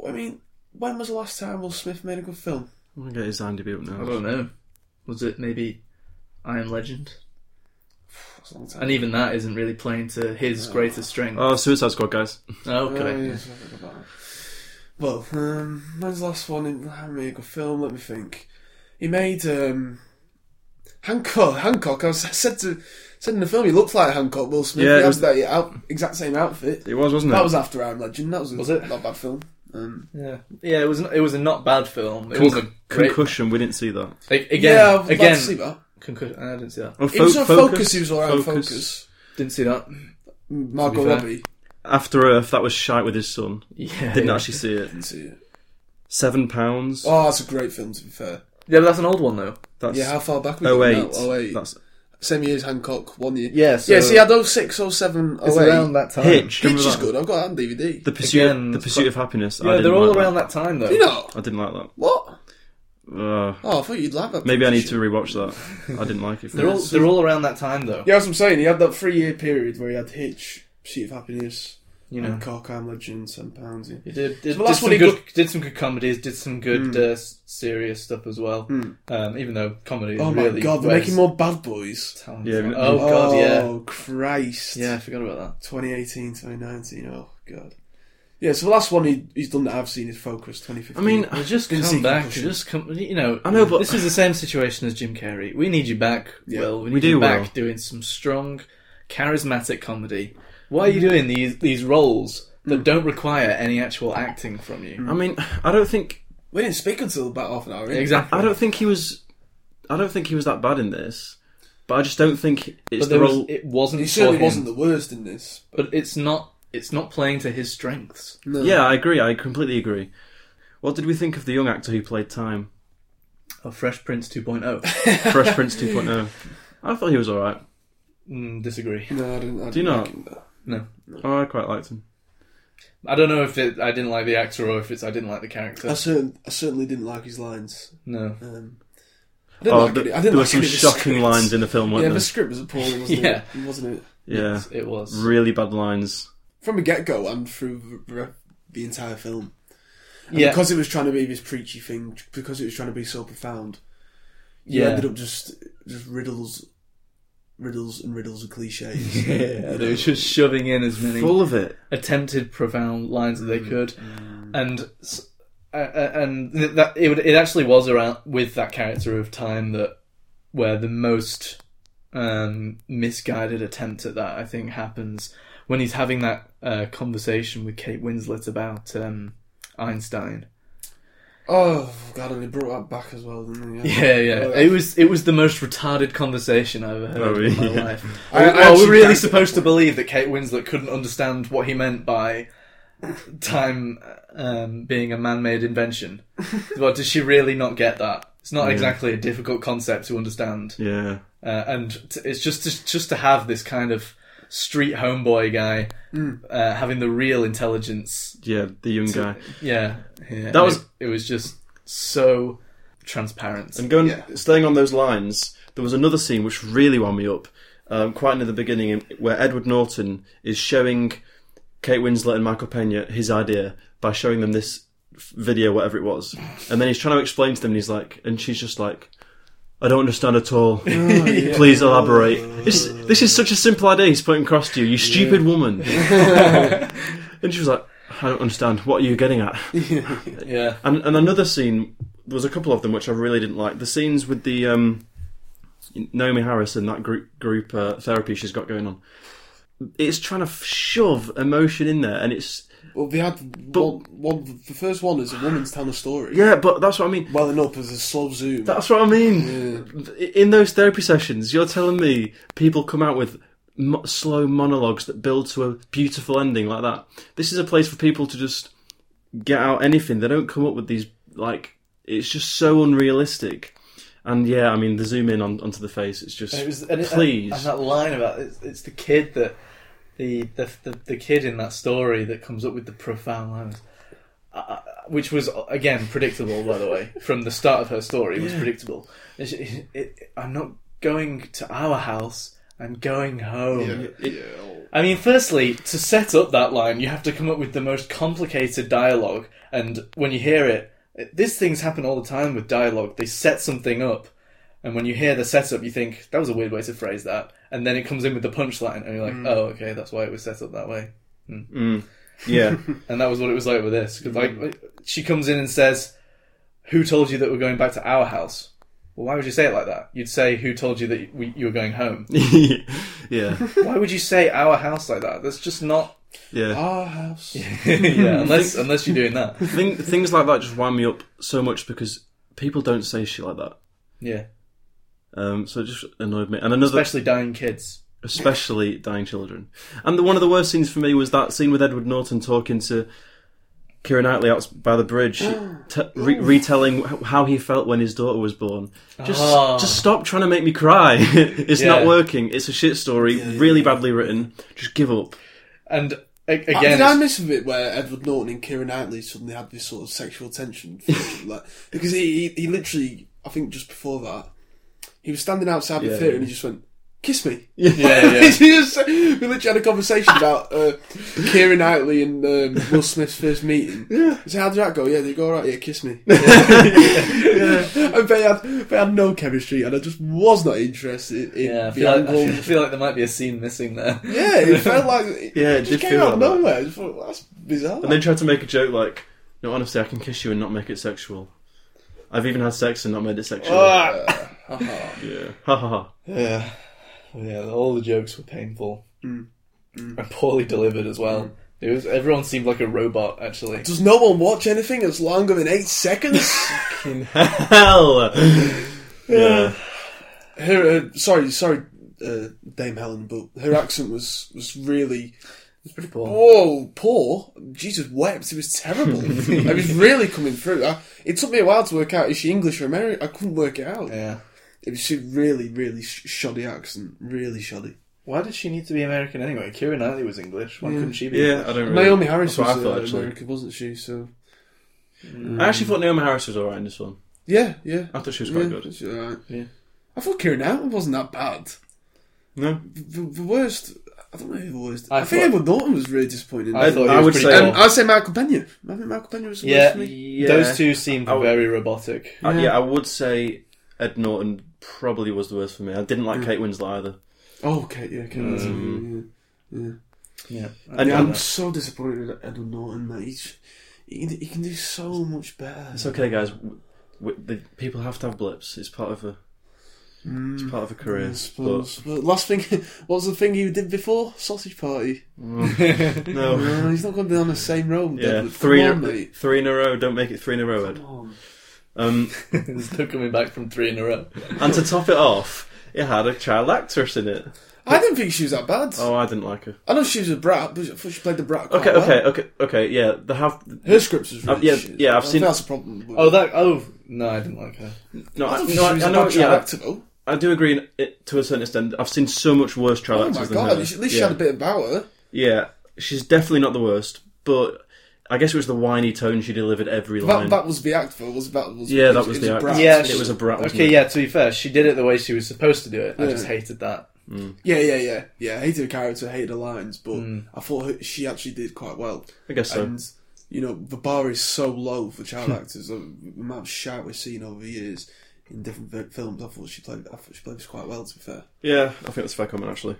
E: I mean, when was the last time Will Smith made a good film?
D: I'm going to get his IMDb up
C: I
D: now.
C: don't know. Was it maybe I Am Legend?
E: That's a long time.
C: And even that isn't really playing to his greatest strength.
D: Oh, Suicide Squad, guys.
C: Oh, okay.
E: Oh, yeah, so I forgot about that. Well, um, when's the last one? In, I made a good film. Let me think. He made um, Hancock. Hancock. I was I said to said in the film he looked like Hancock. Will Smith.
D: Yeah,
E: he
D: it
E: had
D: was-
E: that out, exact same outfit.
D: It was, wasn't it?
E: That was after I'm Legend. That was, a,
C: Was it?
E: not a bad film. Um,
C: Yeah, yeah. It was it was a not bad film. It
D: Conc-
C: was a great.
D: Concussion, we didn't see that.
C: Like, again,
E: yeah, I'd like
C: again.
E: to see that.
C: concussion. I didn't see that.
D: Oh,
E: It
D: Fo-
E: was a focus. He was alright. Focus.
D: Focus.
E: focus.
C: Didn't see that.
E: Margot
C: To be fair.
E: Robbie.
D: After Earth, that was shite with his son.
C: Yeah,
D: Didn't
C: yeah.
D: actually see it.
E: Didn't see it.
D: Seven pounds.
E: Oh, that's a great film. To be fair.
C: Yeah, but that's an old one though.
D: That's
E: Yeah, how far back we
D: oh
E: go
D: eight.
E: now? Oh eight.
D: That's
E: Same year as Hancock. One year.
C: Yeah, so-
E: yeah. See, I had 06, 07,
C: Oh,
E: 08.
C: that time.
D: Hitch.
E: Hitch
D: remember
E: is
D: that?
E: good. I've got that on DVD.
D: The pursuit,
C: Again,
D: the pursuit of happiness. I
C: Yeah,
D: didn't
C: they're all
D: like
C: around that time though.
E: you know
D: That. I didn't like
E: what?
D: that. Uh,
E: Oh, I thought you'd like that.
D: maybe I need to
E: picture.
D: rewatch that. I didn't like it.
C: They're all they're all around that time though.
E: Yeah, that's what I'm saying. He had that three-year period where he had Hitch, Pursuit of Happiness,
C: You know.
E: and Cork Arm Legend, Ten Pounds. Yeah.
C: He did, did,
E: Well,
C: did
E: that's
C: some
E: what he
C: good, did some good comedies, did some good uh, s- serious stuff as well.
E: Mm.
C: Um, even though comedy, is
E: Oh my
C: really
E: god, they're
C: where
E: making
C: it's
E: more Bad Boys.
C: talent.
D: Yeah,
C: oh,
D: even-
C: god, yeah,
E: Oh Christ.
C: yeah. I forgot about that.
E: 2018, 2019. Oh god. Yeah, so the last one he, he's done that I've seen is Focus 2015.
D: I mean,
C: Well, just
E: Didn't see
C: come back.
E: Concussion.
C: Just come. You know,
D: I know, but-
C: this is the same situation as Jim Carrey. We need you back,
E: Yeah.
C: Will. We need
D: We do,
C: you back
D: Will.
C: doing some strong, charismatic comedy. Why are you doing these these roles that don't require any actual acting from you?
D: I mean, I don't think
E: we didn't speak until about half an hour. in.
C: Exactly.
D: I don't think he was. I don't think he was that bad in this, but I just don't think it's
C: But
D: the
C: there was,
D: role.
C: it wasn't.
E: He certainly
C: for him,
E: wasn't the worst in this.
C: But it's not. It's not playing to his strengths.
E: No.
D: yeah, I agree. I completely agree. What did we think of the young actor who played Time?
C: A Fresh Prince oh. 2.0.
D: Fresh Prince 2.0. I thought he was all right.
C: mm, disagree.
E: No, I didn't. I didn't
D: Do you not?
E: like him, though.
C: No.
D: Oh, I quite liked him.
C: I don't know if it, I didn't like the actor or if it's I didn't like the
E: I,
C: character.
E: certain, I certainly didn't like his lines.
C: No.
E: Um, I didn't
D: oh,
E: like
D: th-
E: it. I
D: there
E: didn't
D: were
E: like
D: some
E: any of the
D: shocking
E: scripts.
D: lines in the film, weren't
E: Yeah,
D: there?
E: the script was appalling, wasn't
C: Yeah.
E: it? Wasn't it?
D: yeah,
C: It was.
D: really bad lines.
E: From the get go and through the, the- the entire film. And
C: yeah.
E: Because it was trying to be this preachy thing, because it was trying to be so profound, you
C: yeah.
E: ended up just just riddles, riddles and riddles of cliches.
C: Yeah, they were just shoving in as many
D: Full of it.
C: attempted profound lines that they could,
D: Mm.
C: and s- uh, uh, and th- that it would, it actually was around with that character of time that where the most um, misguided attempt at that I think happens when he's having that uh, conversation with Kate Winslet about um, Einstein.
E: oh god, and they brought that back as well, didn't they?
C: Yeah, yeah.
E: Oh,
C: It was it was the most retarded conversation I've ever heard
D: Oh,
C: in my
D: yeah.
C: life.
E: I- I
C: Are- are we
E: actually
C: really
E: can't-
C: supposed to believe that Kate Winslet couldn't understand what he meant by time um, being a man-made invention? well, does she really not get that? It's not exactly a difficult concept to understand,
D: Yeah.
C: uh, and t- it's just just just to have this kind of street homeboy guy
E: Mm.
C: uh, having the real intelligence
D: Yeah, the young guy.
C: yeah, yeah.
D: That was-
C: it, it was just so transparent.
D: And going,
E: Yeah.
D: staying on those lines, there was another scene which really wound me up, um, quite near the beginning, in- where Edward Norton is showing Kate Winslet and Michael Pena his idea by showing them this f- video, whatever it was, and then he's trying to explain to them, and he's like, and she's just like. I don't understand at all. Please elaborate. It's, this is such a simple idea he's putting across to you, you stupid woman. and she was like, I don't understand. What are you getting at?
C: yeah,
D: And, and another scene there was a couple of them which I really didn't like. The scenes with the um, Naomi Harris and that group group uh, therapy she's got going on. It's trying to f- shove emotion in there, and it's
E: Well, they had one, one. The first one is a woman's telling a story.
D: yeah, but that's what I mean.
E: Welling up as a slow zoom.
D: That's what I mean. In those therapy sessions, you're telling me people come out with mo- slow monologues that build to a beautiful ending like that. This is a place for people to just get out anything. They don't come up with these like it's just so unrealistic. And yeah, I mean the zoom in on, onto the face. It's just
C: And it was, and, it-
D: please.
C: and that line about it's, it's the kid that the the, the the kid in that story that comes up with the profound lines, uh, uh, which was again predictable by the way from the start of her story it was predictable. And she- It, it- I'm not going to our house. I'm going home. I mean, firstly, to set up that line, you have to come up with the most complicated dialogue, and when you hear it, these things happen all the time with dialogue. They set something up, and when you hear the setup, you think that was a weird way to phrase that, and then it comes in with the punchline, and you're
E: Mm.
C: like, oh, okay, that's why it was set up that way,
D: yeah,
C: and that was what it was like with this. 'Cause,
E: Mm.
C: like, she comes in and says, "Who told you that we're going back to our house?" Well, why would you say it like that? You'd say, "Who told you that we, you were going home?"
D: yeah,
C: why would you say our house like that? That's just not.
D: yeah.
E: Our house.
C: yeah, unless unless you're doing that.
D: Thing, things like that just wind me up so much because people don't say shit like that.
C: Yeah,
D: Um, so it just annoyed me. And another
C: especially dying kids.
D: especially dying children. And the, one of the worst scenes for me was that scene with Edward Norton talking to Kira Knightley out by the bridge, t- re- retelling h- how he felt when his daughter was born. Just,
C: Ah.
D: just stop trying to make me cry. it's
C: Yeah.
D: not working. It's a shit story, really badly written. Just give up.
C: And a- again,
E: Oh, Did I
C: it's-
E: miss a bit where Edward Norton and Kieran Knightley suddenly had this sort of sexual tension? for each other, like, because he, he he literally, I think just before that, he was standing outside the
D: Yeah,
E: theatre
D: yeah.
E: and he just went, "Kiss me."
C: yeah,
E: He
C: yeah.
E: just- we literally had a conversation about uh, Kieran Knightley and um, Will Smith's first meeting. Yeah. So how did that go? Yeah, they go all right. Yeah, kiss me. yeah. And they had they had no chemistry, and I just was not interested in
C: yeah I,
E: the
C: feel like, I
E: angle.
C: feel- I feel like there might be a scene missing there.
E: Yeah, it felt like it
D: Yeah, it
E: just
D: did
E: came
D: feel
E: out of
D: like that.
E: nowhere. I just thought, that's bizarre.
D: And then tried to make a joke like, no, honestly, I can kiss you and not make it sexual. I've even had sex and not made it sexual. Yeah. Ha ha ha.
C: yeah, yeah. All the jokes were painful and poorly delivered as well. It was everyone seemed like a robot actually.
E: Does no one watch anything that's longer than eight seconds?
D: Hell! yeah.
E: her, uh, sorry, sorry, uh, Dame Helen, but her accent was was really
C: Pretty poor.
E: whoa poor. Jesus wept, it was terrible. it was really coming through. I, it took me a while to work out is she English or American. I couldn't work it out.
C: Yeah.
E: It was a really, really sh- shoddy accent, really shoddy.
C: Why did she need to be American anyway? Kira Knightley was English. Why couldn't she be?
D: Yeah,
C: English?
D: I don't really.
E: Naomi Harris
D: That's what
E: was
D: I thought,
E: uh,
D: actually.
E: American, wasn't she? So
D: I actually thought Naomi Harris was alright in this one.
E: yeah, yeah.
D: I thought she was
E: yeah,
D: quite good.
E: she's alright.
C: Yeah.
E: I thought Kieran Knightley wasn't that bad.
D: No,
E: The, the worst. I don't know who the worst. I,
C: I
E: think
C: thought-
E: Edward Norton was really disappointing.
C: I thought he
D: I
C: was
D: would
C: pretty
D: say-
C: poor.
E: Um, I'd say Michael Pena. I think Michael Pena was the worst
C: yeah,
E: for me.
D: yeah.
C: those two seemed
D: I would-
C: very robotic.
D: I, Uh, yeah, I would say Ed Norton probably was the worst for me. I didn't
E: Mm.
D: like Kate Winslet either.
E: Oh, okay, yeah, okay. that's yeah. yeah.
C: Yeah,
D: Um, And- and-
E: Yeah, I'm so disappointed at Edward Norton, mate. He's- He, he can do so much better.
D: It's okay, guys. W- w- the, people have to have blips. It's part of a. It's part of a career.
E: I suppose. Mm, But last thing, what was the thing he did before? Sausage Party.
D: But, no.
E: No, he's not going to be on the same road.
D: Yeah,
E: Edward.
D: three
E: Come
D: in
E: on,
D: a,
E: mate.
D: three in a row. Don't make it three in a row, Ed. Um,
C: There's no coming back from three in a row.
D: and to top it off, it had a child actress in it.
E: I didn't think she was that bad.
D: Oh, I didn't like her.
E: I know she was a brat, but I thought she played the brat. Quite
D: Okay,
E: Oh,
D: okay,
E: well.
D: okay, okay. Yeah, the have.
E: Her scripts was really
D: Uh, yeah,
E: shit.
D: yeah, I've
E: I think
D: seen-
E: that's a problem. but-
C: Oh, that. Oh no, I didn't like her.
D: No,
E: I
D: I,
E: don't think
D: no,
E: she
D: I,
E: was
D: I
E: a
D: know.
E: bad child
D: Yeah,
E: actor, though.
D: I do agree in, it, to a certain extent. I've seen so much worse trial
E: Oh
D: actors
E: my
D: than
E: god,
D: her.
E: at least
D: yeah.
E: she had a bit about her.
D: Yeah, she's definitely not the worst, but I guess it was the whiny tone she delivered every line.
E: That, that was the act, though. Was that was
D: Yeah, that
E: it-
D: was
E: it
D: the
E: a
D: act.
E: brat.
C: Yeah,
D: it
C: she-
D: was a brat. wasn't
C: Okay,
D: it?
C: yeah. To be fair, she did it the way she was supposed to do it. I just
E: Yeah.
C: hated that.
E: yeah, yeah, yeah, yeah. I hated the character, hated the lines, but I thought her- she actually did quite well.
D: I guess so.
E: And you know, the bar is so low for child actors. The amount of shout we've seen over the years in different vi- films, I thought she played. I thought she played this quite well. To be fair,
D: Yeah, I think that's a fair comment actually.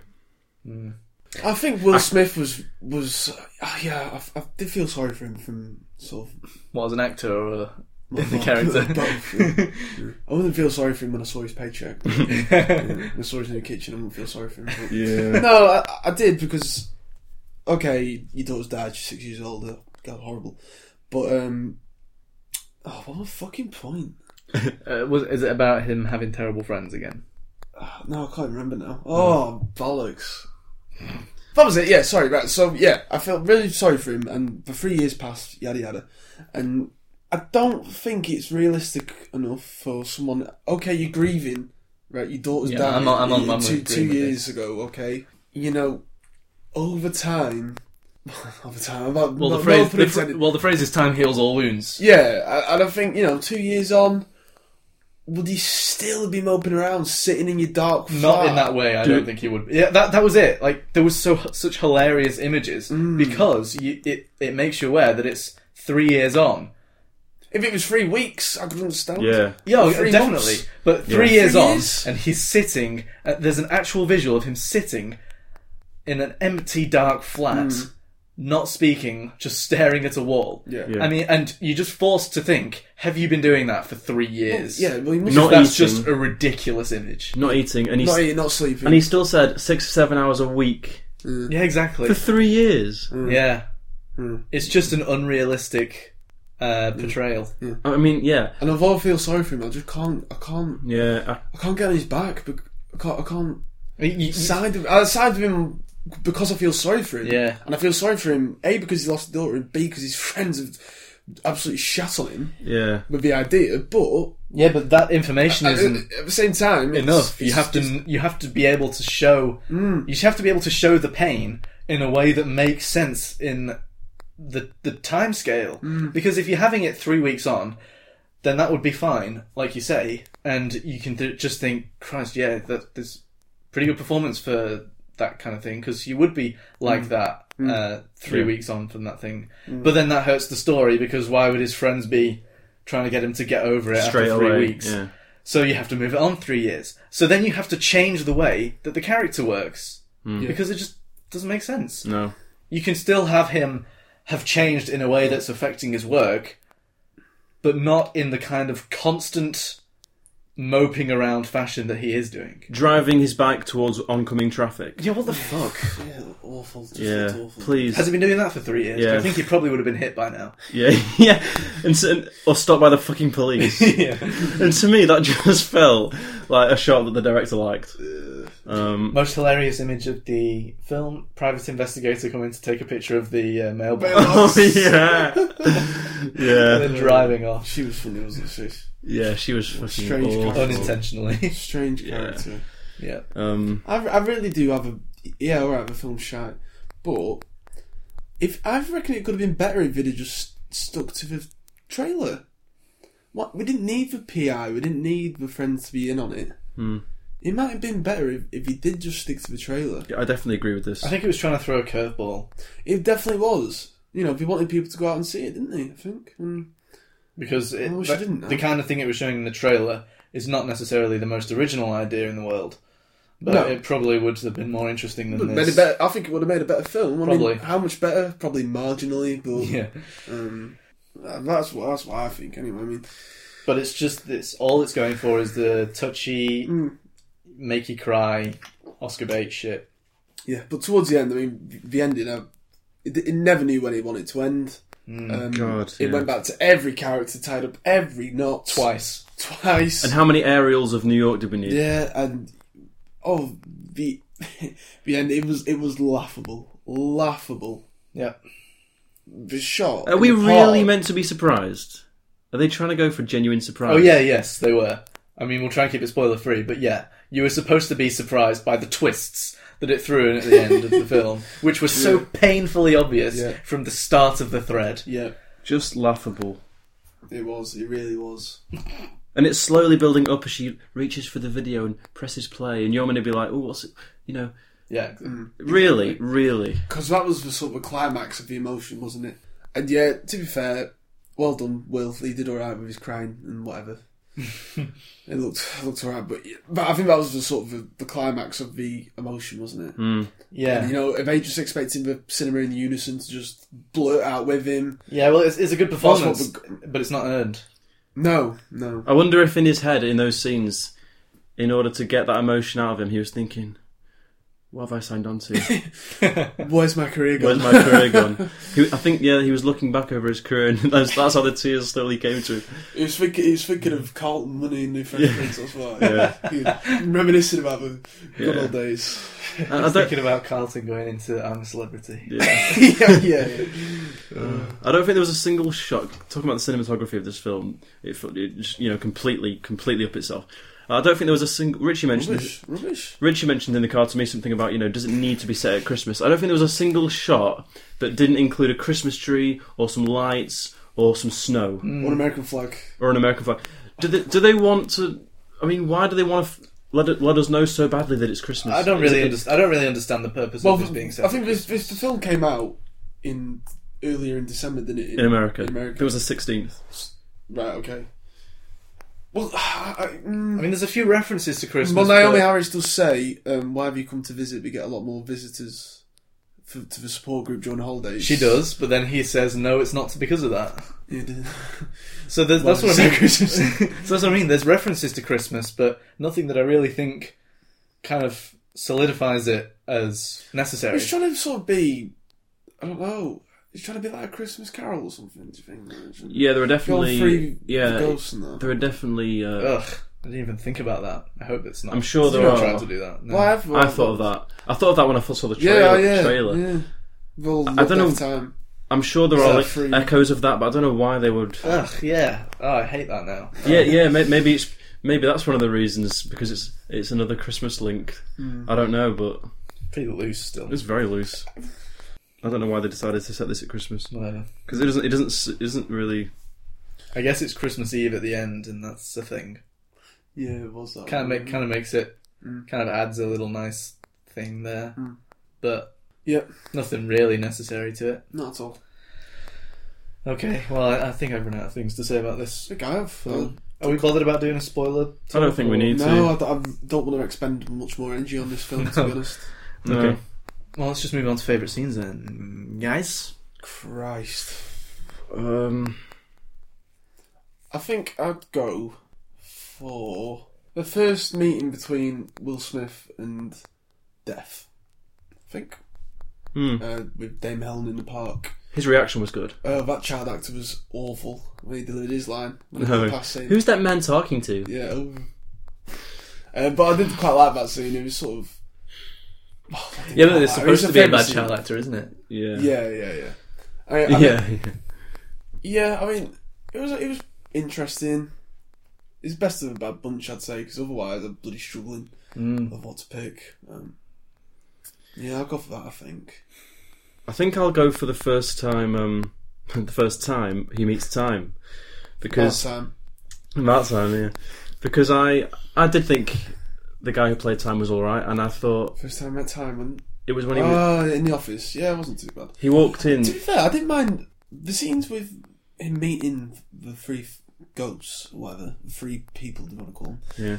E: I think Will Smith was was uh, yeah. I, I did feel sorry for him from sort of
C: What as an actor or a, in the character?
E: Both, yeah. I wouldn't feel sorry for him when I saw his paycheck. when I saw his new kitchen, I wouldn't feel sorry for him. But-
D: Yeah.
E: No, I, I did because okay, your daughter's died. She's six years old. uh, God, horrible. But um, oh, what a fucking point.
C: uh, was is it about him having terrible friends again?
E: No, I can't remember now. Oh, bollocks. That was it, yeah, sorry, right. So, yeah, I felt really sorry for him, and the three years passed, yada yada. And I don't think it's realistic enough for someone. Okay, you're grieving, right? Your daughter's
C: Yeah,
E: died
C: I'm on- I'm on- I'm
E: two,
C: agreeing
E: two
C: with
E: years ago, okay? You know, over time. over time. I'm not,
C: Well, the
E: not-
C: phrase
E: not
C: the,
E: pretending-
C: fr- well the phrase is time heals all wounds.
E: yeah, I- and I think you know, two years on, would he still be moping around, sitting in your dark?
C: Not
E: flat?
C: in that way. I don't think he would. Yeah, that that was it. Like there was so such hilarious images
E: Mm.
C: because you, it it makes you aware that it's three years on.
E: If it was three weeks, I could understand.
D: Yeah.
C: Yeah,
E: Three
C: definitely.
E: months.
C: But three
E: Three
C: years on,
E: years?
C: and he's sitting. Uh, there's an actual visual of him sitting in an empty, dark flat, not speaking, just staring at a wall.
E: Mm. Yeah. Yeah.
C: I mean, and you're just forced to think: Have you been doing that for three years?
E: yeah. Well, he must
D: Not
E: have,
C: That's
D: eating.
C: just a ridiculous image.
D: Not eating, and he's
E: not eating, not sleeping.
D: and he still said six or seven hours a week
C: Yeah, exactly.
D: for three years.
E: Mm.
C: Yeah. It's just an unrealistic uh, portrayal.
D: I mean, yeah,
E: and I've all feel sorry for him. I just can't. I can't.
D: yeah.
E: I can't get on his back. But I can't. I can't
C: You- you-
E: side of, I side with him because I feel sorry for him.
C: Yeah.
E: And I feel sorry for him a because he lost a daughter and b because his friends have absolutely shat on him
D: I, yeah.
E: with the idea. But
C: yeah, but that information
E: at,
C: isn't
E: at the same time, it's-
C: enough. You
E: it's-
C: have
E: it's-
C: to you have to be able to show you have to be able to show the pain in a way that makes sense in the the time scale. Because if you're having it three weeks on, then that would be fine, like you say, and you can th- just think, Christ, yeah, that there's pretty good performance for that kind of thing because you would be like that uh, three weeks on from that thing. But then that hurts the story because why would his friends be trying to get him to get over it
D: Straight
C: after three
D: away,
C: weeks?
D: yeah.
C: So you have to move it on three years. So then you have to change the way that the character works because it just doesn't make sense.
D: No.
C: You can still have him have changed in a way that's affecting his work, but not in the kind of constant moping around fashion that he is doing.
D: Driving his bike towards oncoming traffic.
C: Yeah, what the fuck?
E: yeah, awful. Just
D: Yeah.
E: awful.
D: Please.
C: Has he been doing that for three years?
D: Yeah.
C: I think he probably would have been hit by now.
D: Yeah, yeah. And, so, and or stopped by the fucking police.
C: yeah.
D: and to me, that just felt like a shot that the director liked. Um,
C: Most hilarious image of the film: private investigator coming to take a picture of the uh, mailbox
D: oh yeah,
C: and
D: yeah,
C: then driving off
E: She was funny, wasn't she?
D: yeah. She was fucking
E: Strange
D: awful.
E: character.
C: unintentionally.
E: Strange character.
C: yeah.
D: Um,
E: I, I really do have a yeah, all right, the film's shite, but if I reckon it could have been better if it had just stuck to the trailer. What we didn't need the PI, we didn't need the friends to be in on it. It might have been better if, if he did just stick to the trailer.
D: I definitely agree with this.
C: I think it was trying to throw a curveball
E: It definitely was. You know, they wanted people to go out and see it, didn't they? I think. And
C: because it,
E: I wish I
C: that-
E: Oh, didn't know.
C: the kind of thing it was showing in the trailer is not necessarily the most original idea in the world. But
E: No.
C: it probably would have been more interesting than
E: But made
C: this.
E: it better. I think it would have made a better film. I
C: Probably.
E: mean, how much better? Probably marginally, but
C: Yeah,
E: um, that's what that's what I think. Anyway, I mean,
C: but it's just it's all it's going for is the touchy,
E: Hmm.
C: make you cry, Oscar bait shit.
E: Yeah, but towards the end, I mean, the ending, I, it, it never knew when it wanted to end. um,
D: God,
E: it
D: yeah.
E: went back to every character, tied up every knot
C: Twice.
E: twice.
D: And how many aerials of New York did we need?
E: yeah, and oh, the the end. It was it was laughable, laughable.
C: Yeah.
E: The shot.
D: Are we
E: the
D: really
E: part- Oh,
D: meant to be surprised? Are they trying to go for genuine surprise?
C: Oh yeah, yes, they were. I mean, we'll try and keep it spoiler free, but yeah, you were supposed to be surprised by the twists that it threw in at the end of the film, which were so painfully obvious
E: Yeah.
C: from the start of the thread.
E: Yeah,
D: Just laughable.
E: it was. It really was.
D: And it's slowly building up as she reaches for the video and presses play, and you're going to be like, oh, what's it? You know,
C: Yeah,
E: Hmm.
D: really, really.
E: Because that was the sort of climax of the emotion, wasn't it? And yeah, to be fair, well done, Will. He did all right with his crying and whatever. it looked it looked all right, but yeah, but I think that was the sort of the, the climax of the emotion, wasn't it?
D: Mm.
C: yeah,
E: You know, if they just expecting the cinema in unison to just blurt out with him,
C: yeah. Well, it's, it's a good
E: what
C: performance, but it's not earned.
E: no, no,
D: I wonder if in his head, in those scenes, in order to get that emotion out of him, he was thinking, what have I signed on to?
E: where's my career
D: Where's
E: going?
D: my career gone? He, I think, yeah, he was looking back over his career, and that's, that's how the tears slowly came to him.
E: he was thinking, he was thinking of Carlton money and new French Prince. That's why
D: Yeah.
E: he was reminiscing about the good
D: Yeah.
E: old days.
D: I, I
C: was
D: don't,
C: thinking about Carlton going into I'm a Celebrity.
D: yeah.
E: yeah, yeah.
D: I don't think there was a single shot. Talking about the cinematography of this film, it, fu- it just, you know, completely, completely up itself. I don't think there was a single. Richie mentioned this.
E: Rubbish, rubbish.
D: Richie mentioned in the car to me something about, you know, does it need to be set at Christmas? I don't think there was a single shot that didn't include a Christmas tree or some lights or some snow
E: One American flag.
D: or an American flag. Do they, do they want to. I mean, why do they want to f- let, it- let us know so badly that it's Christmas?
C: I don't
D: Is
C: really,
D: it-
C: underst- I don't really understand the purpose
E: Well,
C: of this being said.
E: I think this, this the film came out in earlier in December than it
D: In America.
E: In
D: It
E: America,
D: was the 16th.
E: right? Okay. Well, I, I, mm,
C: I mean, there's a few references to Christmas.
E: well, Naomi
C: but-
E: Harris does say, um, "Why have you come to visit?" We get a lot more visitors for, to the support group during the holidays.
C: she does, but then he says, "No, it's not because of that."
E: Yeah, do-
C: So there's, that's
E: Well,
C: what I mean.
E: it's
C: so
E: not
C: that's what I mean. There's references to Christmas, but nothing that I really think kind of solidifies it as necessary.
E: It's trying to sort of be, I don't know. It's trying to be like a Christmas Carol or something. Do you think?
D: Yeah, there are
E: Go
D: definitely.
E: free Oh,
D: yeah,
E: the ghosts and that.
D: there are definitely. Uh,
C: Ugh, I didn't even think about that. I hope it's not.
D: I'm sure there
C: I'm not
D: are.
C: trying to do that. No.
E: Well, I've-
D: I thought of that. I thought of that when I first saw the
E: Yeah,
D: trailer.
E: yeah,
D: trailer.
E: yeah. Well,
D: I don't know-
E: Time.
D: I'm sure there
E: that
D: are like,
E: free?
D: echoes of that, but I don't know why they would.
C: Ugh, yeah. Oh, I hate that now.
D: Yeah, yeah. May- maybe it's maybe that's one of the reasons because it's it's another Christmas link. I don't know, but
C: Pretty loose still.
D: it's very loose. I don't know why they decided to set this at Christmas
C: Whatever.
D: because it doesn't it doesn't s- isn't really.
C: I guess it's Christmas Eve at the end, and that's the thing.
E: Yeah, it was that.
C: Kind of
E: one.
C: make, kind of makes it, kind of adds a little nice thing there, but
E: Yep,
C: nothing really necessary to it.
E: not at all.
C: Okay, well, I, I think I've run out of things to say about this.
E: I think I have.
C: Um, Are we bothered about doing a spoiler?
D: I don't think we need
E: no,
D: to.
E: I, d- I don't want to expend much more energy on this film, to be honest.
D: No.
C: Okay. Well, let's just move on to favourite scenes then, guys.
E: Christ.
D: Um,
E: I think I'd go for the first meeting between Will Smith and Death. I think.
D: Hmm.
E: Uh, with Dame Helen in the park.
D: his reaction was good.
E: Uh, that child actor was awful when he delivered his line. When he
D: No.
E: passed saying-
D: Who's that man talking to?
E: Yeah. oh. Uh, but I did quite like that scene. It was sort of. Oh, I didn't
C: Yeah,
E: quite
C: but it's
E: like- it
C: supposed
E: was
C: to be a
E: favourite
C: bad
E: scene.
C: child actor, isn't it?
D: Yeah.
E: Yeah, yeah, yeah. I, I
D: Yeah.
E: Yeah, I mean, it was it was interesting. It's best of a bad bunch, I'd say, because otherwise I'm bloody struggling of what to pick. Um, yeah, I'll go for that. I think.
D: I think I'll go for the first time. Um, the first time he meets time,
C: Oh.
D: because
E: Last time,
D: That time, yeah. Because I I did think the guy who played time was all right, and I thought
E: first time at time, and
D: it was when he was,
E: uh, in the office. Yeah, it wasn't too bad.
D: he walked in.
E: To be fair, I didn't mind the scenes with him meeting the three ghosts, or whatever, three people. Do you want to call them?
D: Yeah,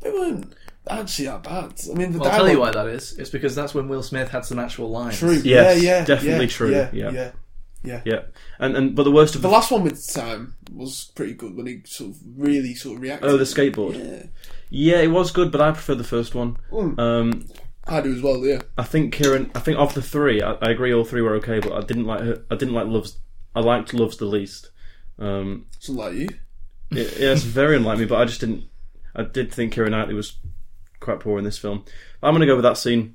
E: They weren't actually that bad. I mean, the
C: Well, I'll tell you
E: dialogue-
C: why that is. It's because that's when Will Smith had some actual lines.
E: True.
D: Yes,
E: yeah, yeah,
D: definitely
E: yeah,
D: true,
E: Yeah,
D: yeah.
E: yeah.
D: yeah. And and but the worst of
E: The
D: the
E: last one with Sam was pretty good when he sort of really sort of reacted.
D: oh the skateboard.
E: Yeah,
D: Yeah, it was good, but I prefer the first one.
E: Mm.
D: Um,
E: I do as well. Yeah,
D: I think Kieran. I think of the three, I, I agree all three were okay, but I didn't like her. I didn't like loves. I liked loves the least. Um,
E: it's not like you.
D: it, yeah, it's very unlike me, but I just didn't. I did think Kieran Knightley was quite poor in this film. I'm going to go with that scene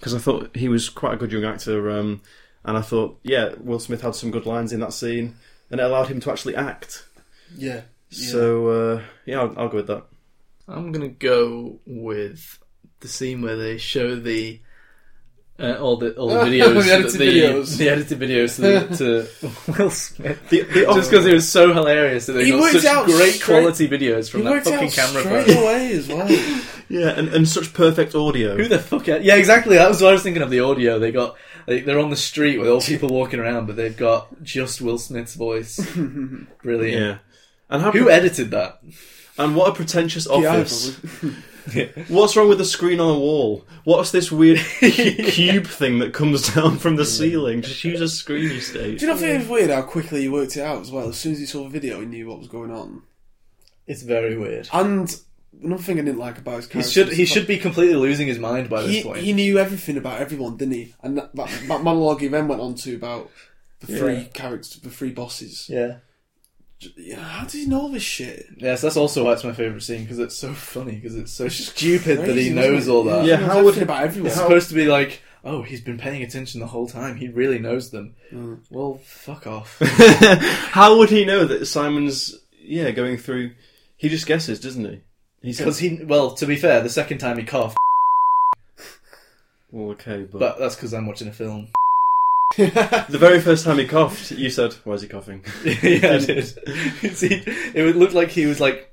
D: because I thought he was quite a good young actor, um, and I thought, yeah, Will Smith had some good lines in that scene, and it allowed him to actually act.
E: Yeah, yeah.
D: So uh, yeah, I'll, I'll go with that.
C: I'm gonna go with the scene where they show the uh, all the all the videos,
E: The edited
C: that the,
E: videos.
C: the edited videos to, to Will Smith.
D: The, the,
C: Just because it was so hilarious that they
E: He
C: got
E: worked
C: such
E: out
C: great
E: straight-
C: quality videos from
E: He
C: that
E: worked
C: fucking
E: out
C: camera.
E: straight
C: phone.
E: away as well.
D: yeah, and, and such perfect audio.
C: Who the fuck? Are, yeah, exactly. That was what I was thinking of. The audio they got, like, they're on the street with all people walking around, but they've got just Will Smith's voice. Brilliant.
D: yeah. And how
C: Who edited that?
D: and what a pretentious office.
E: probably.
D: What's wrong with the screen on the wall? What's this weird cu- cube thing that comes down from the ceiling? Just use a screen, you state.
E: Do you not think it was weird how quickly he worked it out as well? As soon as he saw the video, he knew what was going on.
C: It's very weird.
E: And another thing I didn't like about his
C: He
E: character
C: should
E: was
C: he
E: the
C: should be completely losing his mind by
E: fact-
C: this
E: He,
C: point.
E: he knew everything about everyone, didn't he? And that, that, that monologue he then went on to about the three
C: Yeah.
E: characters, the three bosses.
C: yeah.
E: Yeah, How does he know all this shit?
C: Yes, that's also why it's my favorite scene because it's so funny because it's so stupid that
E: Crazy,
C: he
E: wasn't
C: knows
E: it?
C: all that.
E: He
D: Yeah,
E: knows
D: how would
E: everything about everyone?
C: It's supposed to be like, oh, he's been paying attention the whole time. He really knows them. Well, fuck off.
D: How would he know that Simon's yeah going through? He just guesses, doesn't he? He
C: Because
D: says,
C: he, well, to be fair, the second time he coughed,
D: "Well, okay, but,
C: but that's because I'm watching a film.
D: the very first time he coughed, you said, "Why is he coughing?"
C: yeah, it is. See, it would look like he was like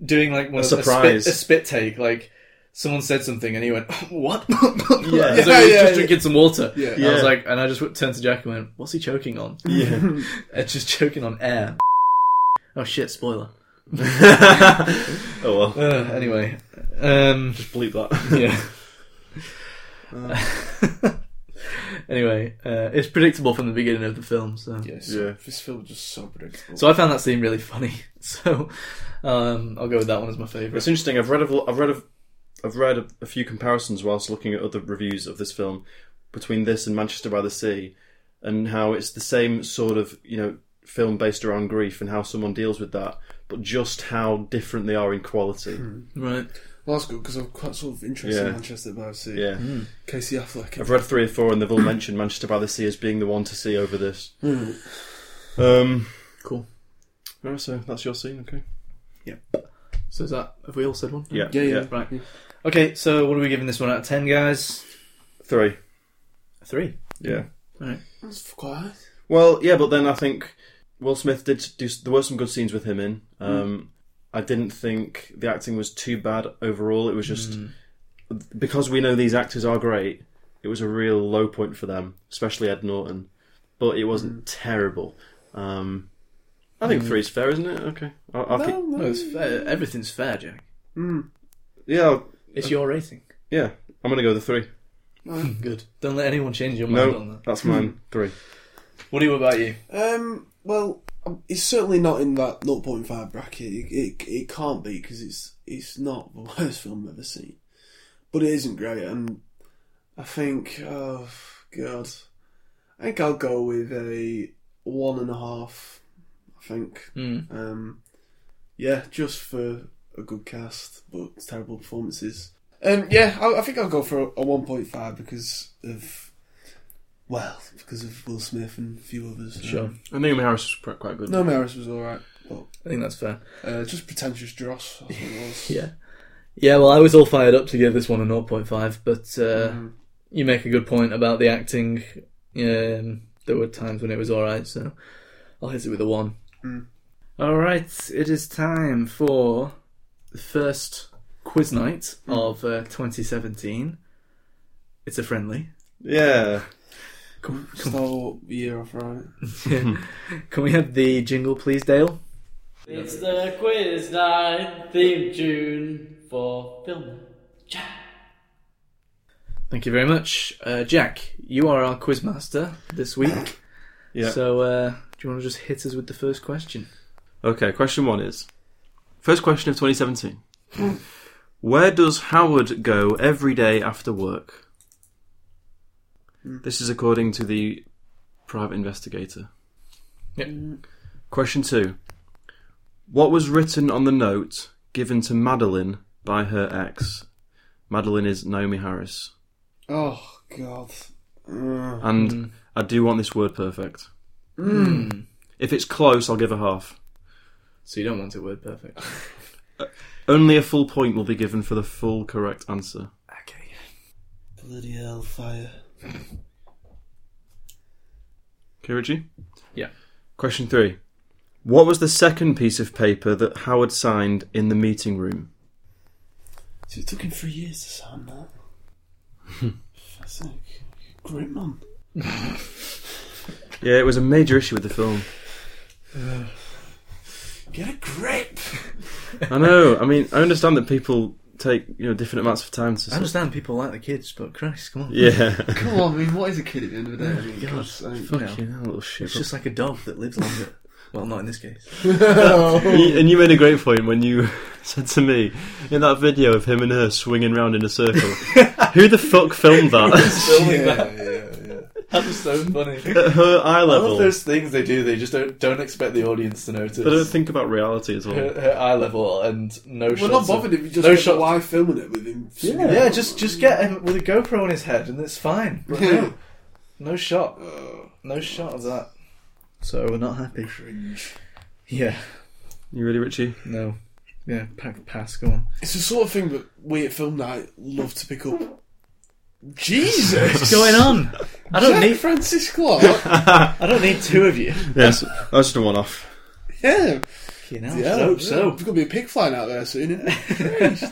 C: doing like one
D: A
C: of- spit-
D: surprise.
C: a spit, take. Like someone said something, and he went, "What?" yeah, so he
D: Yeah,
C: was
E: yeah,
C: just
E: yeah.
C: drinking some water.
E: Yeah.
C: And I was
D: Yeah.
C: like, and I just w- turned to Jack and went, "What's he choking on?"
D: yeah.
C: It's just choking on air. Oh shit! Spoiler.
D: oh well,
C: Uh, anyway, um,
D: just bleep that.
C: yeah. Uh. anyway, uh, it's predictable from the beginning of the film, so.
E: Yes.
D: Yeah.
E: This film was just so predictable.
C: So I found that scene really funny. So um, I'll go with that one as my favourite.
D: It's interesting. I've read. Of, I've read. Of, I've read a, a few comparisons whilst looking at other reviews of this film between this and Manchester by the Sea, and how it's the same sort of you know film based around grief and how someone deals with that, but just how different they are in quality.
C: Right.
E: well, that's good because I'm quite sort of interested
D: Yeah.
E: in Manchester by the Sea.
D: Yeah,
E: Casey Affleck.
D: I've read three or four, and they've all mentioned Manchester by the Sea as being the one to see over this.
E: Hmm.
D: Um,
C: Cool.
D: yeah, so that's your scene, okay?
C: So is that have we all said one?
E: Yeah, yeah.
C: Right. Okay, so what are we giving this one out of ten, guys?
D: Three.
C: Three.
D: Yeah.
E: That's quite high.
D: Well, yeah, but then I think Will Smith did do. There were some good scenes with him in.
E: Hmm.
D: Um, I didn't think the acting was too bad overall. It was just
E: Hmm.
D: because we know these actors are great. It was a real low point for them, especially Ed Norton. But it
E: Hmm.
D: wasn't terrible. Um, I think three's fair, isn't it? Okay, I'll, I'll keep,
C: No, it's fair. everything's fair, Jack.
D: yeah, I'll,
C: It's your rating.
D: yeah. I'm gonna go with the three.
C: Good. Don't let anyone change your mind on
D: No,
C: that.
D: that's mine. Three.
C: What do you about you?
E: Um, well, um, it's certainly not in that 0.5 bracket. It, it, it can't be because it's it's not the worst film I've ever seen, but it isn't great. And I think, oh god, I think I'll go with a one and a half. I think,
C: Mm.
E: um, yeah, just for a good cast, but terrible performances. Um, yeah, I, I think I'll go for a, a 1.5 because of. Well, because of Will Smith and a few others.
C: Sure.
D: I Naomi Harris was quite good.
E: No, Maris was alright. But
C: I think that's fair.
E: uh, just pretentious dross. I think it was.
C: Yeah. Yeah, well, I was all fired up to give this one a 0.5, but uh, you make a good point about the acting. Um, there were times when it was alright, so I'll hit it with a 1. Alright, it is time for the first quiz night of uh, 2017. It's a friendly.
D: Yeah.
C: Can, can-
E: So year off, right?
C: can we have the jingle, please, Dale?
G: It's the quiz night theme tune for film.
C: Thank you very much. Uh, Jack, you are our quiz master this week.
D: Yeah.
C: So, uh, do you want to just hit us with the first question?
D: Okay, question one is First question of 2017. Where does Howard go every day after work? This is according to the private investigator. Hmm.
C: Yep.
D: Question two What was written on the note given to Madeline by her ex? Madeline is Naomi Harris.
E: Oh God. Uh,
D: And
C: Mm.
D: I do want this word perfect. If it's close, I'll give a half.
C: So you don't want it word perfect.
D: Only a full point will be given for the full correct answer.
C: Okay.
E: Bloody hellfire.
D: Okay, Richie?
C: Yeah.
D: Question three. What was the second piece of paper that Howard signed in the meeting room?
E: So it took him three years to sign that. That's sick. Great man.
D: Yeah, it was a major issue with the film.
E: Get a grip!
D: I know. I mean, I understand that people take you know different amounts of time to.
C: I understand people like the kids, but Christ, come on.
D: Yeah.
E: Come on, I mean, what is a kid at the end of the day? I mean,
C: God.
E: God's sake.
D: Fucking hell, little shit.
C: It's just like a dog that lives longer. well, not in this case.
D: You- and you made a great point when you said to me in that video of him and her swinging round in a circle. who the fuck filmed that
C: Filming
H: Yeah, yeah, yeah.
C: That was so funny.
D: at her
H: I
D: eye
H: love
D: level?
H: those things they do. They just don't don't expect the audience to notice.
D: They don't think about reality at all.
H: her, her eye level and no
E: We're
H: shots.
E: not
H: of-
E: bothered if you just
H: no
E: get
H: shots.
E: the wife filming it with him.
H: Yeah, yeah, just just get him with a GoPro on his head and it's fine. But no, no shot,
E: Uh,
H: no shot of that.
C: So we're not happy.
E: Cringe.
C: Yeah.
D: You ready, Richie?
C: No. Yeah. Pack pass. Go on.
E: It's the sort of thing that we at film night love to pick up. Jesus!
C: What's going on? I don't
E: Jack
C: need.
E: Francis Clark.
C: I don't need two of you.
D: Yes, that was just a one-off.
E: yeah,
C: You know.
E: yeah.
C: I hope so.
E: there's gonna be a pig flying out there soon. Isn't there? Christ.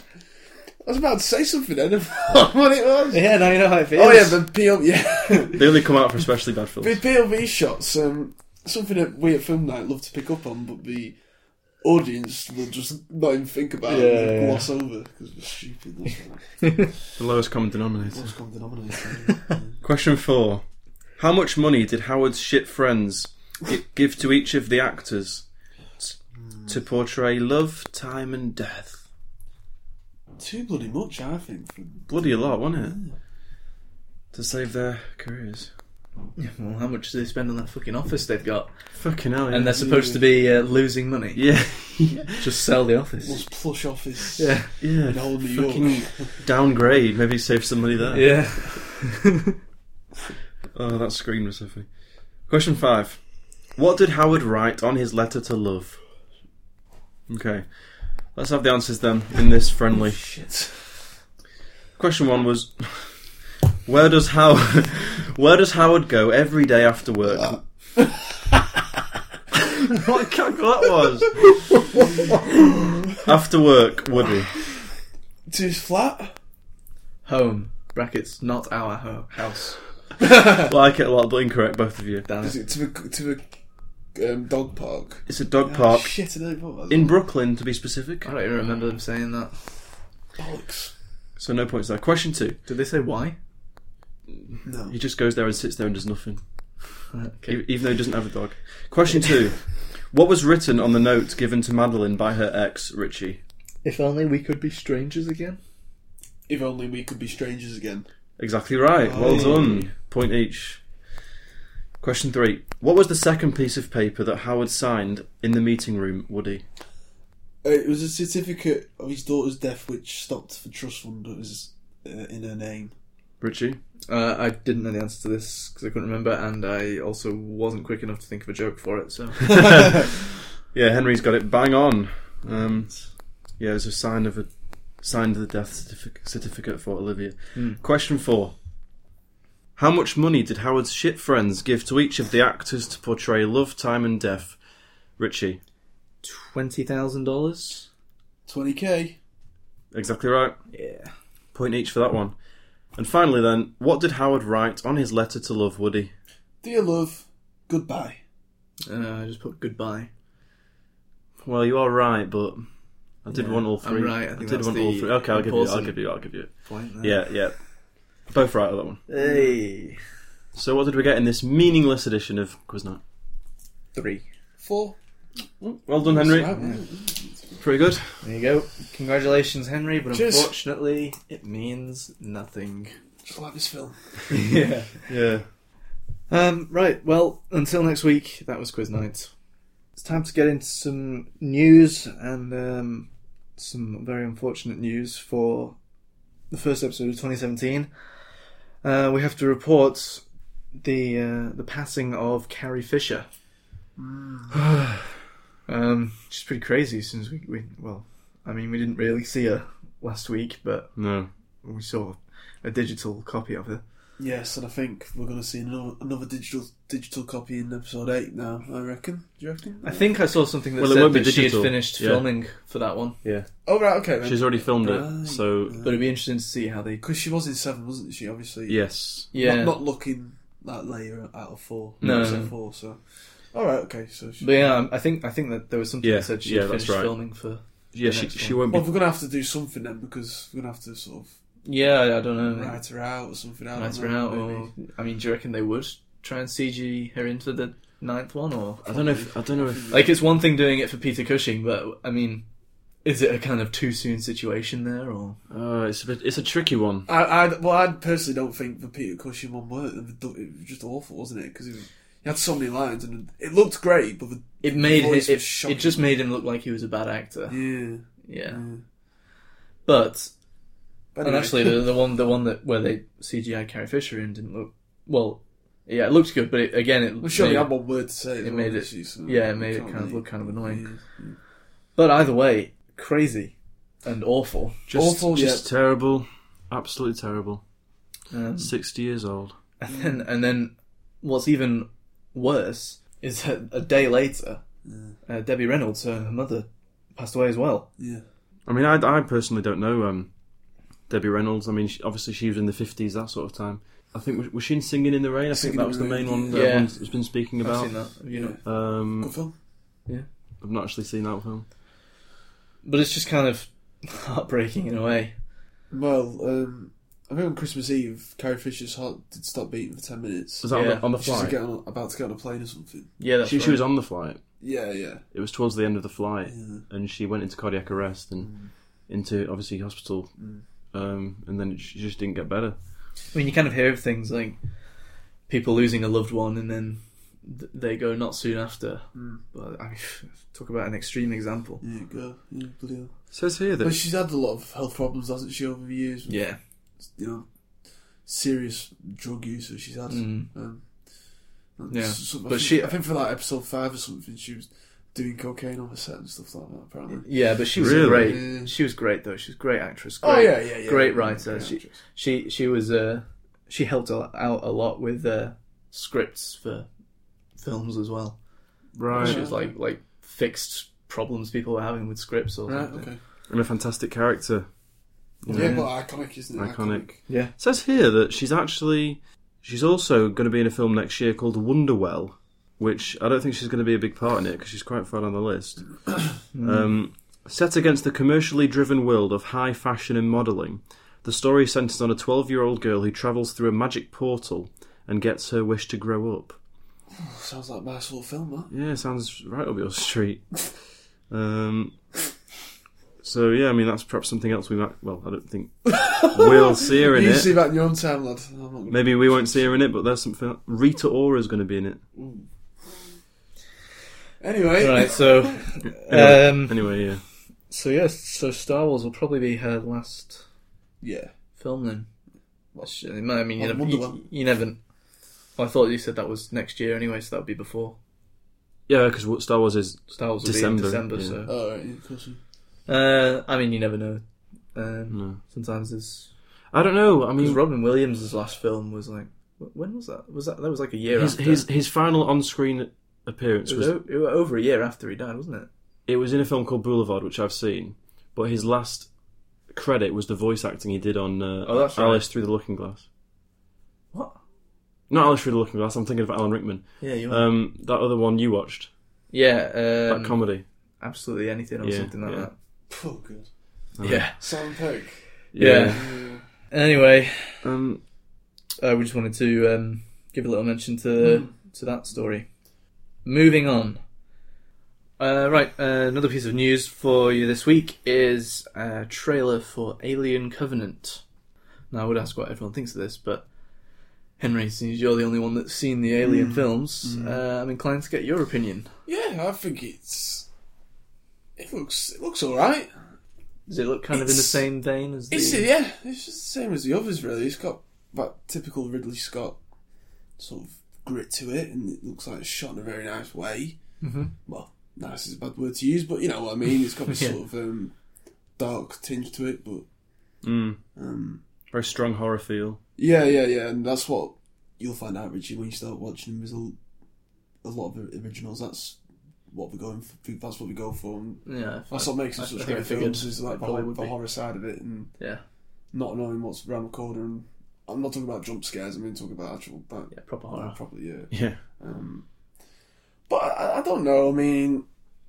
E: I was about to say something then. I forgot what it was?
C: Yeah. Now you know how it feels.
E: Oh yeah, the POV. Yeah,
D: They only come out for especially bad films.
E: with POV shots. Um, something that we at film night love to pick up on, but the audience will just not even think about it,
H: Yeah,
E: and
H: yeah.
E: gloss over because we're stupid. That's
D: The lowest common denominator.
E: what's common denominator.
D: Question four: How much money did Howard's shit friends gi- give to each of the actors t- to portray love, time, and death?
E: Too bloody much, I think. For
D: Bloody a lot, wasn't it? To save their careers.
C: Well, how much do they spend on that fucking office they've got?
D: Fucking hell.
C: And they're supposed to be uh, losing money.
D: yeah,
C: Just sell the office.
E: most plush office
C: Yeah.
D: yeah.
E: in all New York.
D: Fucking downgrade. Maybe save some money there.
C: Yeah.
D: Oh, that screen was so funny. Question five: What did Howard write on his letter to love? Okay, let's have the answers then in this friendly.
E: Shit.
D: Question one was Where does Howard Where does Howard go every day after work?
E: Ah.
D: what cackle that was After work, Woody.
E: To his flat.
C: Home. Brackets. Not our ho- house.
D: Like it a lot, but incorrect, both of you.
C: Damn
E: Is
C: it.
E: it to the to the um, dog park?
D: It's a dog park
E: Shit, I don't know what that was.
D: in Brooklyn, to be specific.
C: I don't even remember them saying that.
E: bollocks.
D: So no points there. Question two:
C: Did they say why?
E: No.
D: He just goes there and sits there and does nothing,
C: Okay.
D: e- even though he doesn't have a dog. Question two: What was written on the note given to Madeline by her ex, Richie?
C: If only we could be strangers again.
E: If only we could be strangers again.
D: Exactly right. Well
E: Aye.
D: done. Point each. Question three. What was the second piece of paper that Howard signed in the meeting room, Woody?
E: Uh, it was a certificate of his daughter's death, which stopped for trust fund that was uh, in her name.
D: Richie?
C: Uh, I didn't know the answer to this because I couldn't remember, and I also wasn't quick enough to think of a joke for it. So
D: Yeah, Henry's got it bang on. Um, yeah, it was a sign of a signed the death certificate, certificate for Olivia.
C: Hmm.
D: Question four. How much money did Howard's shit friends give to each of the actors to portray love, time, and death? Richie.
C: twenty thousand dollars.
E: Twenty k.
D: Exactly right.
C: Yeah.
D: Point each for that one. And finally, then, what did Howard write on his letter to love Woody?
E: Dear love, goodbye.
C: Uh, I just put goodbye.
D: Well, you are right, but I did want all
C: I'm
D: 3
C: right, I think
D: did
C: that's
D: want all
C: the
D: three. Okay, I'll give you. I'll
C: important-
D: give you. I'll give you.
C: Point there.
D: Yeah, yeah. Both right on that one.
C: Hey.
D: So, what did we get in this meaningless edition of Quiz Night?
C: Three.
E: Four.
D: Well done, Henry.
E: Right, yeah.
D: Pretty good.
C: There you go. Congratulations, Henry. But
E: Cheers.
C: unfortunately, it means nothing.
E: Just like this film.
C: yeah.
D: Yeah.
C: Um, right, well, until next week, that was quiz night. It's time to get into some news and um, some very unfortunate news for the first episode of 2017. Uh, we have to report the uh, the passing of Carrie Fisher. Mm. um, she's pretty crazy since we, we well,
H: I mean, we didn't really see her last week, but
D: No.
H: we saw a digital copy of her.
E: Yes, and I think we're going to see another, another digital digital copy in episode eight now. I reckon. Do you reckon?
C: I think I saw something that
D: Well, it
C: said
D: won't be
C: that she had
D: digital,
C: finished
D: yeah.
C: filming for that one,
E: Oh right, okay. Then.
D: She's already filmed
E: Right.
D: it, so
C: but it'd be interesting to see how they.
E: Because she was in seven, wasn't she? Obviously,
D: yes.
C: Yeah,
E: Not, not looking that layer out of four.
C: No.
E: Episode four. So, all right, okay. So, she,
C: but yeah, I think I think that there was something
D: Yeah,
C: that said she
D: yeah,
C: had
D: that's
C: finished
D: right.
C: filming for.
D: Yeah,
C: The
D: she,
C: next
D: she
C: one.
D: won't
E: well,
D: be.
E: we're going to have to do something then because we're going to have to sort of
C: Yeah, I don't know.
E: write her out or something. I
C: Nice
E: don't
C: run
E: know,
C: out, or
E: maybe.
C: I mean, do you reckon they would try and CG her into the ninth one, or
D: I don't know if I don't know if
C: like it's one thing doing it for Peter Cushing, but I mean, is it a kind of too soon situation there, or
D: uh, it's a bit, it's a tricky one.
E: I, I, well, I personally don't think the Peter Cushing one worked. It was it was just awful, wasn't it? Because he had so many lines, and it looked great, but the,
C: it made
E: voice
C: it,
E: was
C: it, it
E: shocking.
C: just made him look like he was a bad actor.
E: yeah.
C: Yeah,
E: Mm.
C: but
E: But
C: and
E: anyway.
C: actually, the, the one the one that where they CGI Carrie Fisher in didn't look well. Yeah, it looked good, but it, again, it
E: well, surely
C: made-
E: I had one word to say. as
C: it
E: well,
C: made it-
E: actually, so
C: yeah, it
E: we
C: made it
E: can't
C: kind of
E: really-
C: look kind of annoying.
E: yeah.
C: But either way, crazy and awful.
D: Just,
E: awful,
D: just terrible, absolutely terrible.
C: Um,
D: Sixty years old.
C: And then, and then what's even worse is that a day later, uh, Debbie Reynolds, her, her mother, passed away as well.
E: Yeah.
D: I mean, I, I personally don't know um, Debbie Reynolds. I mean, she, obviously she was in the fifties, that sort of time. I think was, was she in Singing in the Rain? I think
E: Singing
D: that
E: in
D: was
E: the
D: the main
E: Rain,
D: one that
C: yeah.
D: everyone's has been speaking
C: I've
D: about.
C: seen that. Have You know,
D: Um,
E: Good film.
D: I've not actually seen that film.
C: but it's just kind of heartbreaking in a way.
E: Well, um, I think on Christmas Eve, Carrie Fisher's heart did stop beating for 10 minutes.
D: Was that on,
C: Yeah.
D: the, on the
E: She's
D: flight?
E: get on, about to get on a plane or something.
C: Yeah, that's
D: She, she was on the flight.
E: Yeah, yeah.
D: It was towards the end of the flight,
E: Yeah.
D: and she went into cardiac arrest and into obviously hospital. Um, and then she just didn't get better.
C: I mean, you kind of hear of things like people losing a loved one and then th- they go not soon after.
D: Hmm.
C: But I mean, talk about an extreme example.
E: Yeah, go. Yeah, bloody hell.
D: It says here
E: But
D: that
E: she's had a lot of health problems, hasn't she, over the years?
C: Yeah.
E: You know, serious drug use that she's had.
C: Mm.
E: Um,
C: Yeah,
E: s- some- I
C: but
E: think,
C: she-
E: I think for like episode 5 or something, she was doing cocaine on the set and stuff like that, apparently.
C: Yeah, but she was
D: Really?
C: great. She was great though. She was a great actress. Great,
E: oh, yeah, yeah, yeah.
C: great writer. she
E: actress.
C: she she was uh, she helped a- out a lot with uh, scripts for films as well.
D: right,
C: She was like like fixed problems people were having with scripts or
E: Right,
C: something.
E: okay.
D: and a fantastic character.
E: Yeah, but iconic, isn't it?
D: Iconic.
C: Yeah.
D: It says here that she's actually she's also going to be in a film next year called Wonderwell, which I don't think she's going to be a big part in it because she's quite far down the list. um, set against the commercially driven world of high fashion and modelling, the story centres on a 12-year-old girl who travels through a magic portal and gets her wish to grow up.
E: Sounds like my sort of film, that.
D: Yeah, sounds right up your street. Um, so yeah, I mean that's perhaps something else we might. Well, I don't think we'll see her in
E: You
D: it.
E: see that in your own time, lad. I'm not gonna...
D: Maybe we won't see her in it, but there's something. Rita Ora's going to be in it.
E: Anyway,
C: Right, so
D: Anyway,
C: um,
D: anyway yeah.
C: so yes, so Star Wars will probably be her last
E: yeah.
C: film then. Which, uh, I mean, you,
E: Well,
C: never, you,
E: Wonderwall.
C: you never. Well, I thought you said that was next year anyway, so that would be before
D: Yeah, because Star Wars is.
C: Star Wars. Will
D: December,
C: be in December,
D: yeah.
C: so
E: All right, yeah, of course.
C: Uh, I mean, you never know. Um,
D: No.
C: Sometimes there's
D: I don't know. I
C: because
D: mean,
C: Robin Williams' last film was like wh- when was that? Was that that was like a year
D: his,
C: after?
D: his his final on-screen appearance
C: it, was
D: was
C: o- it was over a year after he died, wasn't it?
D: it was in a film called Boulevard, which I've seen, but his last credit was the voice acting he did on uh,
C: Oh, that's right.
D: Alice Through the Looking Glass.
C: What?
D: Not Alice Through the Looking Glass. I'm thinking of Alan Rickman.
C: Yeah, you.
D: Um, that other one you watched,
C: Uh, yeah, um,
D: that comedy.
C: absolutely anything or
D: Yeah,
C: something like
D: yeah.
C: that.
E: Oh, good.
D: Uh,
C: Yeah.
E: Simon Pegg.
C: Yeah.
E: Yeah.
C: Anyway,
D: Um,
C: uh, we just wanted to um, give a little mention to
E: Hmm.
C: to that story. Moving on. Uh, right, uh, another piece of news for you this week is a trailer for Alien Covenant. Now, I would ask what everyone thinks of this, but Henry, since you're the only one that's seen the
E: Hmm.
C: Alien films, Uh, I'm inclined to get your opinion.
E: Yeah, I think it's. It looks. It looks all right.
C: Does it look kind of in the
E: It's-
C: same vein as the?
E: It's yeah. It's just the same as the others, really. It's got that typical Ridley Scott sort of grit to it, and it looks like it's shot in a very nice way. Mm-hmm. Well, nice is a bad word to use, but you know what I mean. It's got this
C: Yeah.
E: sort of um, dark tinge to it, but
D: Mm.
E: um,
D: Very strong horror feel.
E: yeah, yeah, yeah, and that's what you'll find out, Richie, when you start watching them. Is a, a lot of the originals. That's what we're going. For, that's what we go for. And
C: Yeah.
E: that's what makes them
C: I- I
E: such
C: think I
E: great
C: figured
E: films. Is
C: it
E: like the,
C: probably
E: whole-
C: would
E: the
C: be.
E: horror side of it, and
C: Yeah.
E: not knowing what's around the corner. And I'm not talking about jump scares. I mean talking about actual, but
C: Yeah, proper horror.
E: probably yeah.
D: Yeah.
E: Um, but I, I don't know. I mean,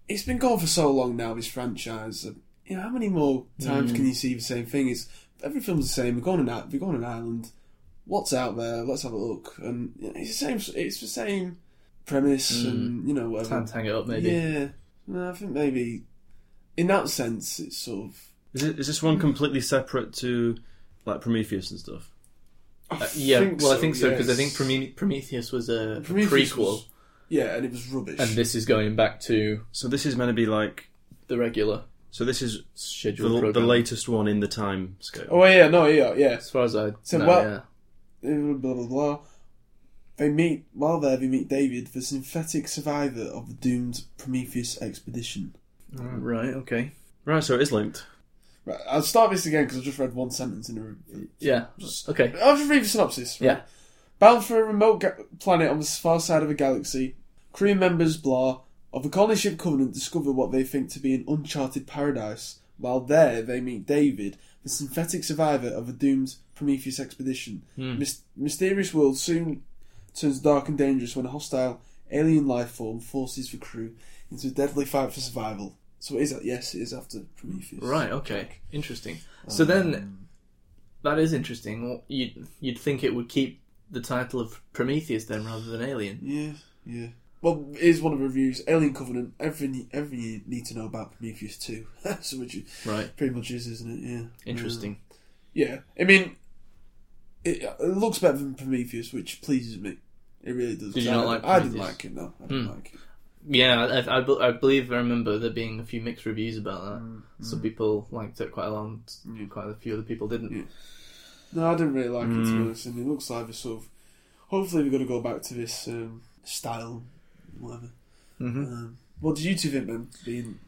E: it's been going for so long now. This franchise, uh, you know, how many more
C: Mm.
E: times can you see the same thing? It's every film's the same. We're going on an, we're going on an island. What's out there? Let's have a look. And you know, it's the same. It's the same premise,
C: Mm.
E: and you know whatever.
C: Time to hang it up, maybe.
E: Yeah, No, I think maybe in that sense, it's sort of.
D: Is, it, is this one completely separate to like Prometheus and stuff?
E: I
C: Uh, yeah,
E: think
C: well, I think so because I think
E: yes.
C: Prome- Prometheus was a
E: Prometheus
C: prequel,
E: was- yeah, and it was rubbish.
C: and this is going back to
D: So this is meant to be like.
C: the regular
D: So this is
C: schedule.
D: the, the
C: program.
D: latest one in the time scale.
E: oh yeah, no, yeah, yeah.
C: as far as I
E: So
C: know,
E: what-
C: yeah.
E: blah blah blah. blah. They meet while there. They meet David, the synthetic survivor of the doomed Prometheus expedition.
C: Right. Okay.
D: Right, so it is linked.
E: Right, I'll start this again because I just read one sentence in a. re-
C: Yeah.
E: Just-
C: Okay.
E: I'll just read the synopsis.
C: Yeah.
E: Bound for a remote ga- planet on the far side of a galaxy, crew members blah of a colony ship Covenant discover what they think to be an uncharted paradise. While there, they meet David, the synthetic survivor of a doomed Prometheus expedition.
C: Hmm.
E: Mys- mysterious world soon turns dark and dangerous when a hostile alien life form forces the crew into a deadly fight for survival. So it is yes, it is after Prometheus.
C: Right. Okay. Interesting. So
E: Um,
C: then, that is interesting. You'd you'd think it would keep the title of Prometheus then rather than Alien.
E: Yeah, yeah. Well, here's one of the reviews: Alien Covenant. Everything, everything you need to know about Prometheus Two. so which it
C: Right.
E: pretty much is, isn't it? Yeah. Mm.
C: Interesting.
E: Yeah. I mean, it, it looks better than Prometheus, which pleases me. It really does.
C: Did you
E: I
C: not like
E: didn't- I didn't
C: Prometheus? Hmm.
E: like it. No, I didn't like it.
C: Yeah. I, I, be- I believe I remember there being a few mixed reviews about that.
E: Mm,
C: Some people liked it quite a lot. and Quite a few other people didn't.
E: Yeah. No, I didn't really like it to
C: Hmm.
E: be honest. And it looks like a sort of. Hopefully, we're going to go back to this um, style, whatever.
C: Mhm.
E: Um, what did you two think, then? Being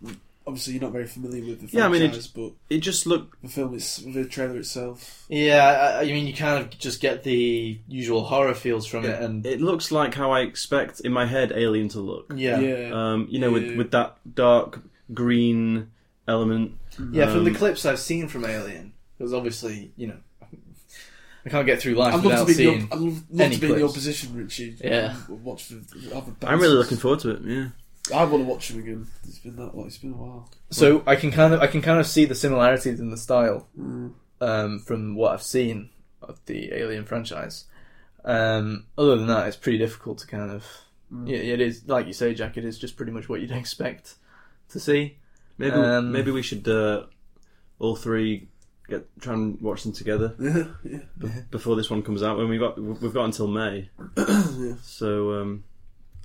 E: obviously you're not very familiar with the franchise,
D: Yeah, I mean, it-
E: but
D: It just looked.
E: the film, it's the trailer itself.
G: Yeah, I, I mean, you kind of just get the usual horror feels from it, and
D: It looks like how I expect in my head Alien to look.
G: yeah, yeah.
D: Um, you know,
E: Yeah.
D: with with that dark green element.
G: from the
D: Um,
G: clips I've seen from Alien, because obviously, you know, I can't get through life
E: I'd love to
G: without
E: be,
G: seeing.
E: in your, I'd love
G: any
E: to be in your
G: clips.
E: position, Richie.
C: Yeah.
E: Watch the, have a
D: I'm really looking forward to it. Yeah.
E: I want to watch him again. It's been that long. It's been a while.
C: So I can kind of I can kind of see the similarities in the style um, from what I've seen of the Alien franchise. Um, other than that, it's pretty difficult to kind of
G: Mm.
C: yeah, it is like you say, Jack. It is just pretty much what you'd expect to see.
D: Maybe
C: Um,
D: maybe we should uh, all three get try and watch them together
E: yeah.
D: before this one comes out. When we've got we've got until May. So um,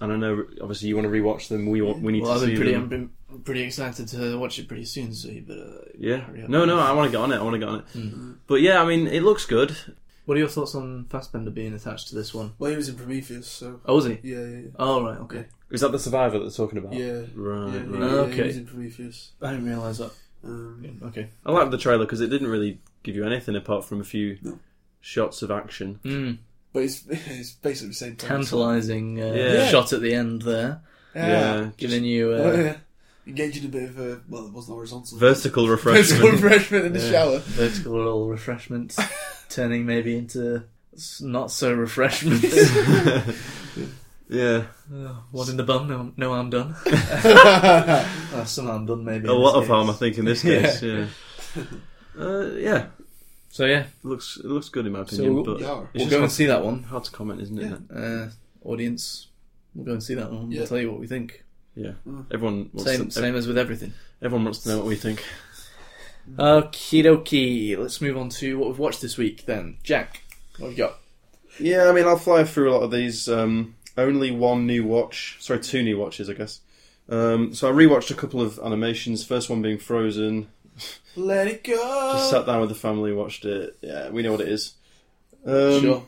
D: and I know obviously you want to rewatch them. We want we need
G: Well, I've
D: to see
G: been pretty, I've
D: them.
G: been pretty excited to watch it pretty soon, so you
E: uh,
G: better.
D: yeah.
G: hurry up.
D: No, no, I want to get on it. I want to get on it.
C: Hmm.
D: But yeah, I mean, it looks good.
C: What are your thoughts on Fassbender being attached to this one?
E: Well, he was in Prometheus, so
C: Oh, was he?
E: yeah, yeah, yeah.
C: Oh, right, okay.
D: Is that the survivor that they're talking about?
E: Yeah.
D: Right.
E: Yeah,
D: right.
E: yeah, yeah, he
C: Okay.
E: was in Prometheus.
C: I didn't realise that.
E: Um,
C: Okay.
D: I liked the trailer because it didn't really give you anything apart from a few
E: No.
D: shots of action.
C: Mm,
E: but it's it's basically the same. premise.
C: tantalising uh,
D: Yeah.
C: shot at the end there,
E: Yeah.
D: yeah.
C: giving you.
E: Oh,
C: Uh,
E: yeah. Engaging a bit of uh, well, it wasn't horizontal.
D: Vertical
E: Vertical
D: refreshment.
E: refreshment in the shower.
C: vertical little refreshments, turning maybe into s- not so refreshments.
D: yeah.
C: Uh, one in the bum, no, no harm done. uh, some harm done, maybe.
D: A
C: in
D: lot
C: this
D: of harm, I
C: case.
D: think, in this
C: Yeah.
D: case. Yeah. Uh, yeah.
C: So yeah,
D: It looks it looks good in my opinion,
C: we'll-
D: but
E: Yeah.
D: it's
C: we'll
D: just
C: go
D: hard,
C: and see that one.
D: hard to comment, isn't it?
C: Uh, audience, we'll go and see that one.
E: Yeah.
C: We'll tell you what we think.
D: Yeah. Everyone wants
C: Same,
D: to,
C: same as with everything.
D: everyone wants to know what we think.
C: Okie dokie. Let's move on to what we've watched this week. Then, Jack, what have you got?
D: Yeah, I mean, I'll fly through a lot of these. Um, only one new watch. Sorry, two new watches, I guess. Um, so I rewatched a couple of animations. First one being Frozen.
E: Let it go.
D: Just sat down with the family, watched it. Yeah, we know what it is. Um,
C: sure.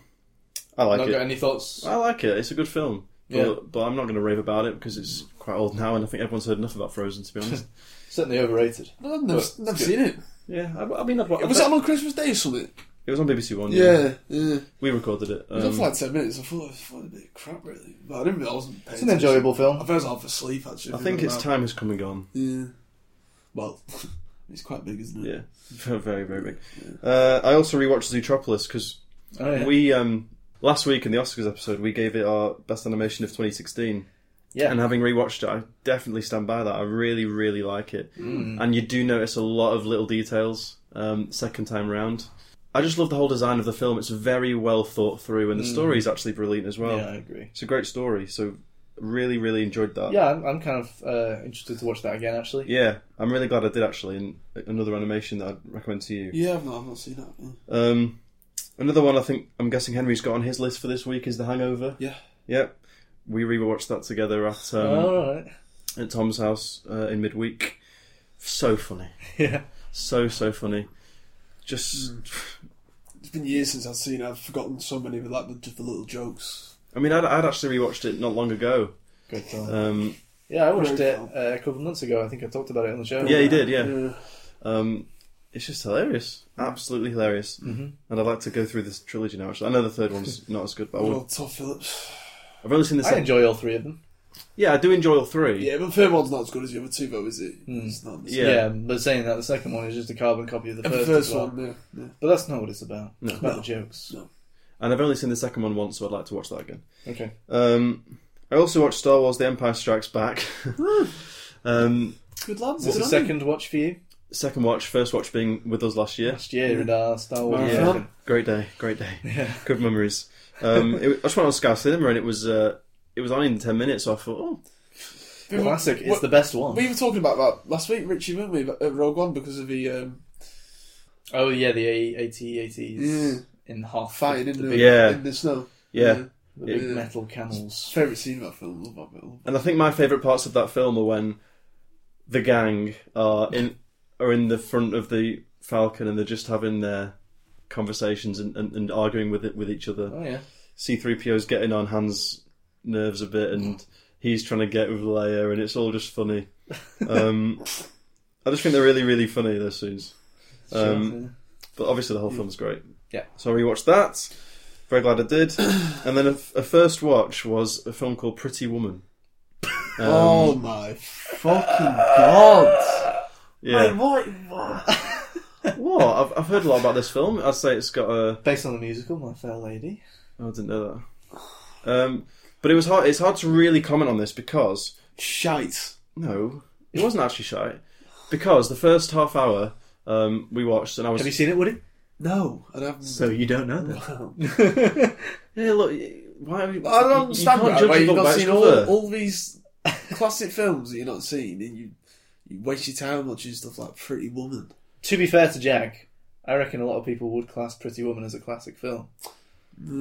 D: I like
C: Not
D: it.
C: got any thoughts?
D: I like it. It's a good film. But,
C: Yeah.
D: but I'm not going to rave about it because it's quite old now, and I think everyone's heard enough about Frozen. To be honest,
C: Certainly overrated.
E: No, I've never,
C: But-
E: never seen it.
D: yeah. I, I mean, I've,
E: Was that on Christmas Day or something?
D: it was on BBC One.
E: Yeah, yeah.
D: we recorded it.
E: It was on
D: Um,
E: for like 10 minutes. I thought, I thought it was a bit of crap, really. But I didn't realise I wasn't paying
H: It's an enjoyable
E: I
H: film.
E: thought I was half asleep, actually.
D: I think
E: thinking
D: its
E: about-
D: time has come and gone.
E: Yeah. Well, it's quite big, isn't it?
D: Yeah, very very big. Uh, I also rewatched Zootropolis because
C: Oh, yeah.
D: we um, last week in the Oscars episode we gave it our best animation of 2016.
H: Yeah.
D: and having rewatched it, I definitely stand by that. I really really like it, and you do notice a lot of little details um, second time round. I just love the whole design of the film. It's very well thought through, and the story is actually brilliant
C: Oh.
D: as well.
H: Yeah, I agree.
D: It's a great story, so really really enjoyed that.
H: Yeah, I'm, I'm kind of uh, interested to watch that again, actually.
D: Yeah, I'm really glad I did actually, and another animation that I'd recommend to you.
E: Yeah, I've not, I've not seen that. yeah.
D: Um, another one I think I'm guessing Henry's got on his list for this week is The Hangover.
E: Yeah.
D: Yep. We rewatched that together at um,
C: Oh,
H: All right.
D: at Tom's house uh, in midweek. So funny,
H: Yeah.
D: so so funny. Just,
E: It's been years since I've seen it. I've forgotten so many of like, the, just the little jokes.
D: I mean, I'd, I'd actually rewatched it not long ago.
H: Good film.
D: Um,
H: yeah, I watched
E: Great
H: it
E: film.
H: uh, a couple of months ago. I think I talked about it on the show.
D: yeah, you did. Yeah. Um, it's just hilarious, absolutely hilarious. Mm-hmm. And I'd like to go through this trilogy now. Actually, I know the third one's not as good, but I
E: Well,
D: would,
E: Todd Phillips.
D: I've only seen the
H: I
D: second.
H: enjoy all three of them.
D: Yeah, I do enjoy all three.
E: Yeah, but the third one's not as good as the other two, though, is it?
H: Hmm.
E: It's not. It's
D: Yeah.
H: Yeah. but saying that, the second one is just a carbon copy of the
E: And
H: first,
E: the first
H: as well.
E: one, yeah. yeah.
H: But that's not what it's about.
D: No.
H: It's about
E: No.
H: the jokes.
E: No.
D: And I've only seen the second one once, so I'd like to watch that again.
H: Okay.
D: Um, I also watched Star Wars: The Empire Strikes Back. um,
E: Good lads.
H: What's
E: good
H: the
E: on
H: second watch for you?
D: second watch, first watch being with us last year.
H: Last year in our Star Wars.
D: Yeah.
H: session.
D: Great day, great day.
H: Yeah.
D: Good memories. Um, it, I just went on Sky Cinema and it was uh, it was on in ten minutes. So I thought, oh,
E: you.
H: Classic.
E: What-
H: It's the best one.
E: We were talking about that last week, Richie, weren't we? At Rogue One because of the um,
H: Oh yeah, the AT ATs
E: Yeah.
H: in half
E: fighting
H: the,
E: in
H: the
E: the,
H: big,
D: Yeah.
E: in the snow.
D: yeah.
H: the big
E: Yeah.
H: metal camels.
E: Favorite scene of that film. Love that film.
D: And I think my favourite parts of that film are when the gang are in are in the front of the Falcon and they're just having their conversations and, and, and arguing with it with each other.
H: Oh yeah,
D: C3PO's getting on Han's nerves a bit and he's trying to get with Leia and it's all just funny. Um, I just think they're really, really funny, those scenes. Um, But obviously the whole film's great.
H: Yeah.
D: So I rewatched that. Very glad I did. and then a, a first watch was a film called Pretty Woman. Um,
E: oh my fucking god!
D: yeah.
E: Mate, what? what?
D: What? I've, I've heard a lot about this film. I'd say it's got a...
H: based on the musical My Fair Lady.
D: Oh, I didn't know that. Um, but it was hard. It's hard to really comment on this because
E: Shite.
D: No, it wasn't actually shite because the first half hour um, we watched and I was.
H: Have you seen it, Woody?
E: No, I don't.
I: So you don't know that.
D: Yeah, look. Why? Are you,
E: I don't
D: you-
E: understand
D: You
E: you
D: can't judge a
E: You've
D: book by
E: not
D: its
E: seen
D: cover.
E: all, all these classic films that you're not seen, and you you waste your time watching stuff like Pretty Woman.
H: To be fair to Jack, I reckon a lot of people would class Pretty Woman as a classic film.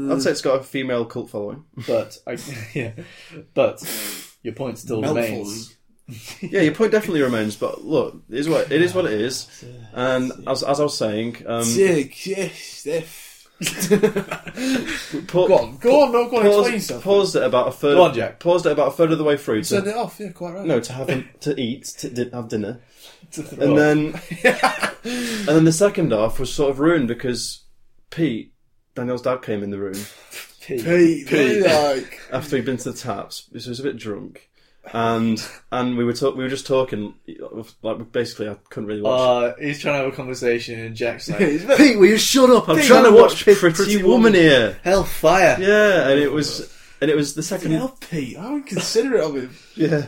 D: I'd say it's got a female cult following.
H: But I, yeah, but your point still remains.
D: yeah, your point definitely remains. But look, it is what it is. What it is. And as, as I was saying, um,
E: Dig, yes, Steph.
D: pa-
E: Go on, go on, no, go on, explain
D: paused,
E: yourself.
D: paused it about a third.
H: Go on, Jack.
D: Paused it about a third of the way through
E: Turn
D: to
E: it off. Yeah, quite right.
D: no to have a- to eat to di- have dinner.
H: throw
D: and
H: up.
D: then and then the second half was sort of ruined because Pete Daniel's dad came in the room
E: Hey, hey, like
D: after he'd been to the taps. So he was a bit drunk, and and we were talk, we were just talking like basically I couldn't really watch.
H: Uh, he's trying to have a conversation, and Jack's like,
I: Pete, will you shut up? I'm
D: I'm trying to watch Pretty, Woman here.
H: "Hellfire!"
D: Yeah, and it was and it was the second.
E: Fucking hell, Pete. I would consider it of him.
D: Yeah,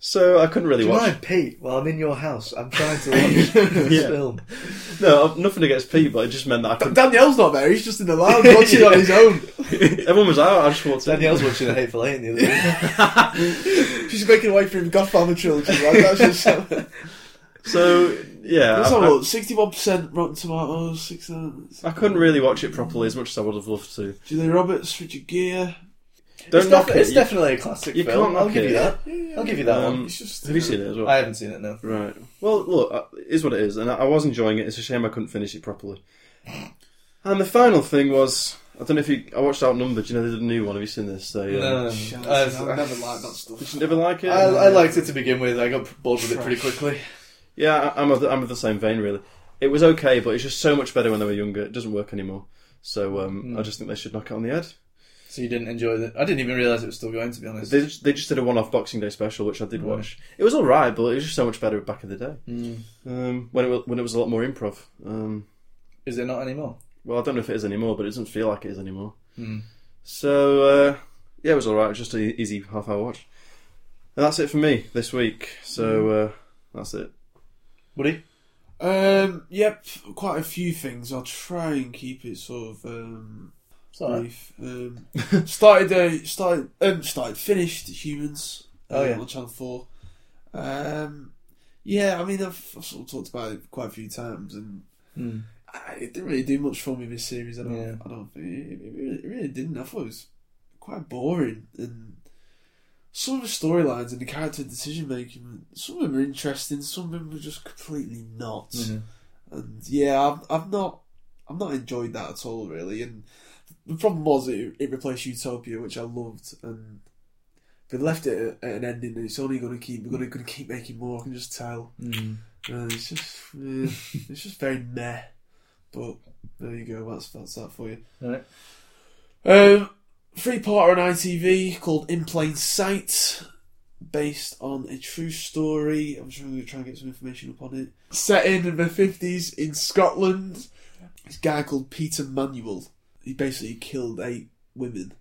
D: so I couldn't really
H: Do you
D: watch.
H: mind, Pete? While I'm in your house, I'm trying to watch this
D: Yeah.
H: film.
D: No, I've- nothing against Pete, but it just meant that I couldn't.
E: Danielle's not there. He's just in the lounge watching it on his own.
D: Everyone was out. I just walked in.
H: Danielle's watching a Hateful Eight the other day.
E: She's making way for him. Godfather trilogy. Right? That's just something.
D: So yeah,
E: That's
D: Uh, I- I-
E: all. Sixty-one percent Rotten Tomatoes. Six. uh,
D: I couldn't really watch it properly as much as I would have loved to.
E: Julia Roberts, Richard Gere.
D: Don't
H: it's
D: knock
H: defi-
D: it.
H: it's
D: You-
H: definitely a classic
D: you
H: film.
D: can't
H: I'll
D: knock
H: give
D: it.
H: you that. I'll give you that
D: Um,
H: one.
E: It's just.
D: have you seen it as well?
H: uh, I haven't seen it no.
D: Right. Well, look, uh, it is what it is, and I, I was enjoying it. It's a shame I couldn't finish it properly. And the final thing was I don't know if you. I watched Outnumbered. You know, they did a new one. Have you seen this? They, uh,
C: No,
E: Shite,
C: I've-
E: I've never liked that stuff.
D: Did you never like it?
C: Um, I, I liked it to begin with. I got bored with it pretty quickly.
D: Yeah, I- I'm of the, I'm of the same vein really. It was okay, but it's just so much better when they were younger. It doesn't work anymore. So um,
C: Hmm.
D: I just think they should knock it on the head.
C: So you didn't enjoy it. I didn't even realize it was still going. To be honest,
D: They just, they just did a one-off Boxing Day special, which I
C: Hmm.
D: did watch. It was all right, but it was just so much better back in the day um, when it was, when it was a lot more improv. Um,
C: is it not anymore?
D: well, I don't know if it is anymore, but it doesn't feel like it is anymore. So uh, yeah, it was all right. It was just an easy half-hour watch. And that's it for me this week. So uh, that's it.
C: Woody,
E: Um, yep, quite a few things. I'll try and keep it sort of um, brief. Um, started, uh, started, um, started, finished Humans.
C: Oh,
E: um,
C: yeah.
E: on Channel Four. Um, yeah, I mean, I've, I've sort of talked about it quite a few times, and
C: Mm.
E: I, it didn't really do much for me this series. I don't,
C: Yeah.
E: I don't think it, it really, it really didn't. I thought it was quite boring and. Some of the storylines and the character decision making, some of them are interesting, some of them were just completely not
C: Mm-hmm. mm,
E: and yeah, I've, I've not I've not enjoyed that at all really. And the problem was it, it replaced Utopia, which I loved, and they left it at an ending, and it's only going to keep we're going to keep making more. I can just tell.
C: mm.
E: Uh, it's just yeah, it's just very meh. But there you go. That's that's that for you.
C: Alright.
E: Um, three parter on ITV called In Plain Sight, based on a true story. I'm sure we're trying to get some information up on it. Set in the fifties in Scotland. This guy called Peter Manuel. He basically killed eight women,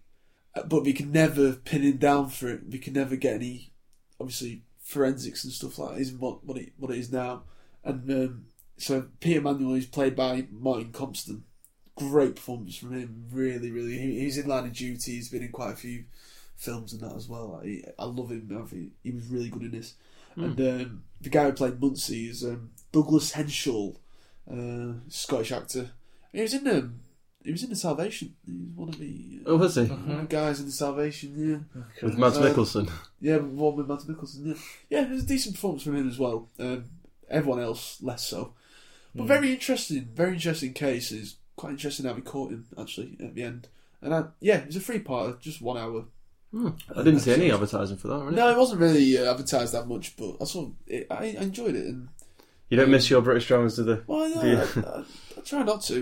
E: Uh, but we can never pin him down for it. We can never get any obviously forensics and stuff like that isn't what, what it what it is now. And um, so Peter Manuel is played by Martin Compton. Great performance from him. Really, really. He, he's in Line of Duty. He's been in quite a few films and that as well. I, I love him. I think he was really good in this. And um, the guy who played Muncie is um, Douglas Henshall, uh, Scottish actor. He was in um, he was in the Salvation. He was one of the uh,
D: Oh, was he
E: one of the guys in the Salvation. Yeah.
D: with Mads
E: Uh,
D: Mikkelsen?
E: Yeah, one with Mads Mikkelsen. Yeah, yeah, it was a decent performance from him as well. Um, everyone else less so, but very interesting. Very interesting case. It's quite interesting how we caught him actually at the end. And I, yeah, it was a three parter, just one hour.
D: I didn't see any advertising for that. Really.
E: No, it wasn't really uh, advertised that much, but I sort of, it, I, I enjoyed it. And
D: You don't miss your British dramas, do they?
E: well, yeah,
D: Yeah.
E: I, I, I try not to,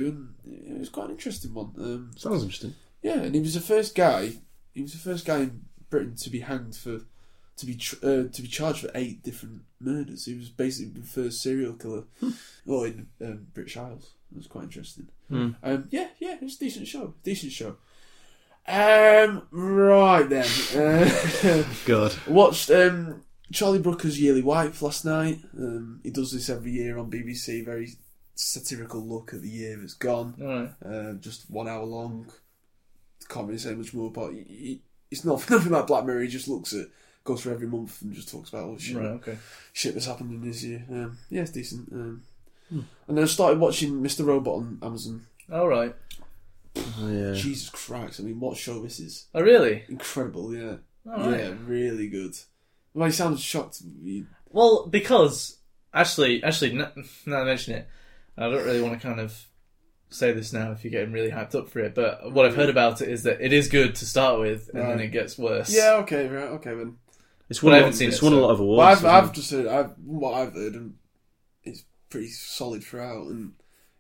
E: and it was quite an interesting one. Um,
D: Sounds interesting.
E: Yeah, and he was the first guy. He was the first guy in Britain to be hanged for, to be tr- uh, to be charged for eight different murders. He was basically the first serial killer, or in um, British Isles. It was quite interesting. Um, yeah, yeah, it was a decent show. Decent show. Um, right then, uh,
D: God.
E: watched um, Charlie Brooker's Yearly Wipe last night. Um, he does this every year on BBC. Very satirical look at the year that's gone
C: all right.
E: uh, just one hour long. Can't really say much more, but he- he- it's not nothing like Black Mirror. He just looks at goes through every month and just talks about all the shit,
C: Right, okay.
E: shit that's happened in this year. Um, yeah, it's decent. Um, And then I started watching Mr. Robot on Amazon.
C: All right.
D: Oh, yeah.
E: Jesus Christ! I mean, what show this is?
C: Oh, really?
E: Incredible, yeah,
C: All right.
E: yeah, really good. Well, he sounds shocked. He-
C: Well, because actually, actually, n- now that I mention it, I don't really want to kind of say this now if you're getting really hyped up for it. But what I've heard about it is that it is good to start with, and then
E: Right.
C: it gets worse.
E: Yeah, okay, right, okay then.
D: It's
C: But I
D: won, a lot,
C: haven't seen
D: it's
C: it,
D: won a
C: so-
D: lot of awards.
E: Well, I've,
D: hasn't
E: I've just heard I've, what I've heard, and it's pretty solid throughout. And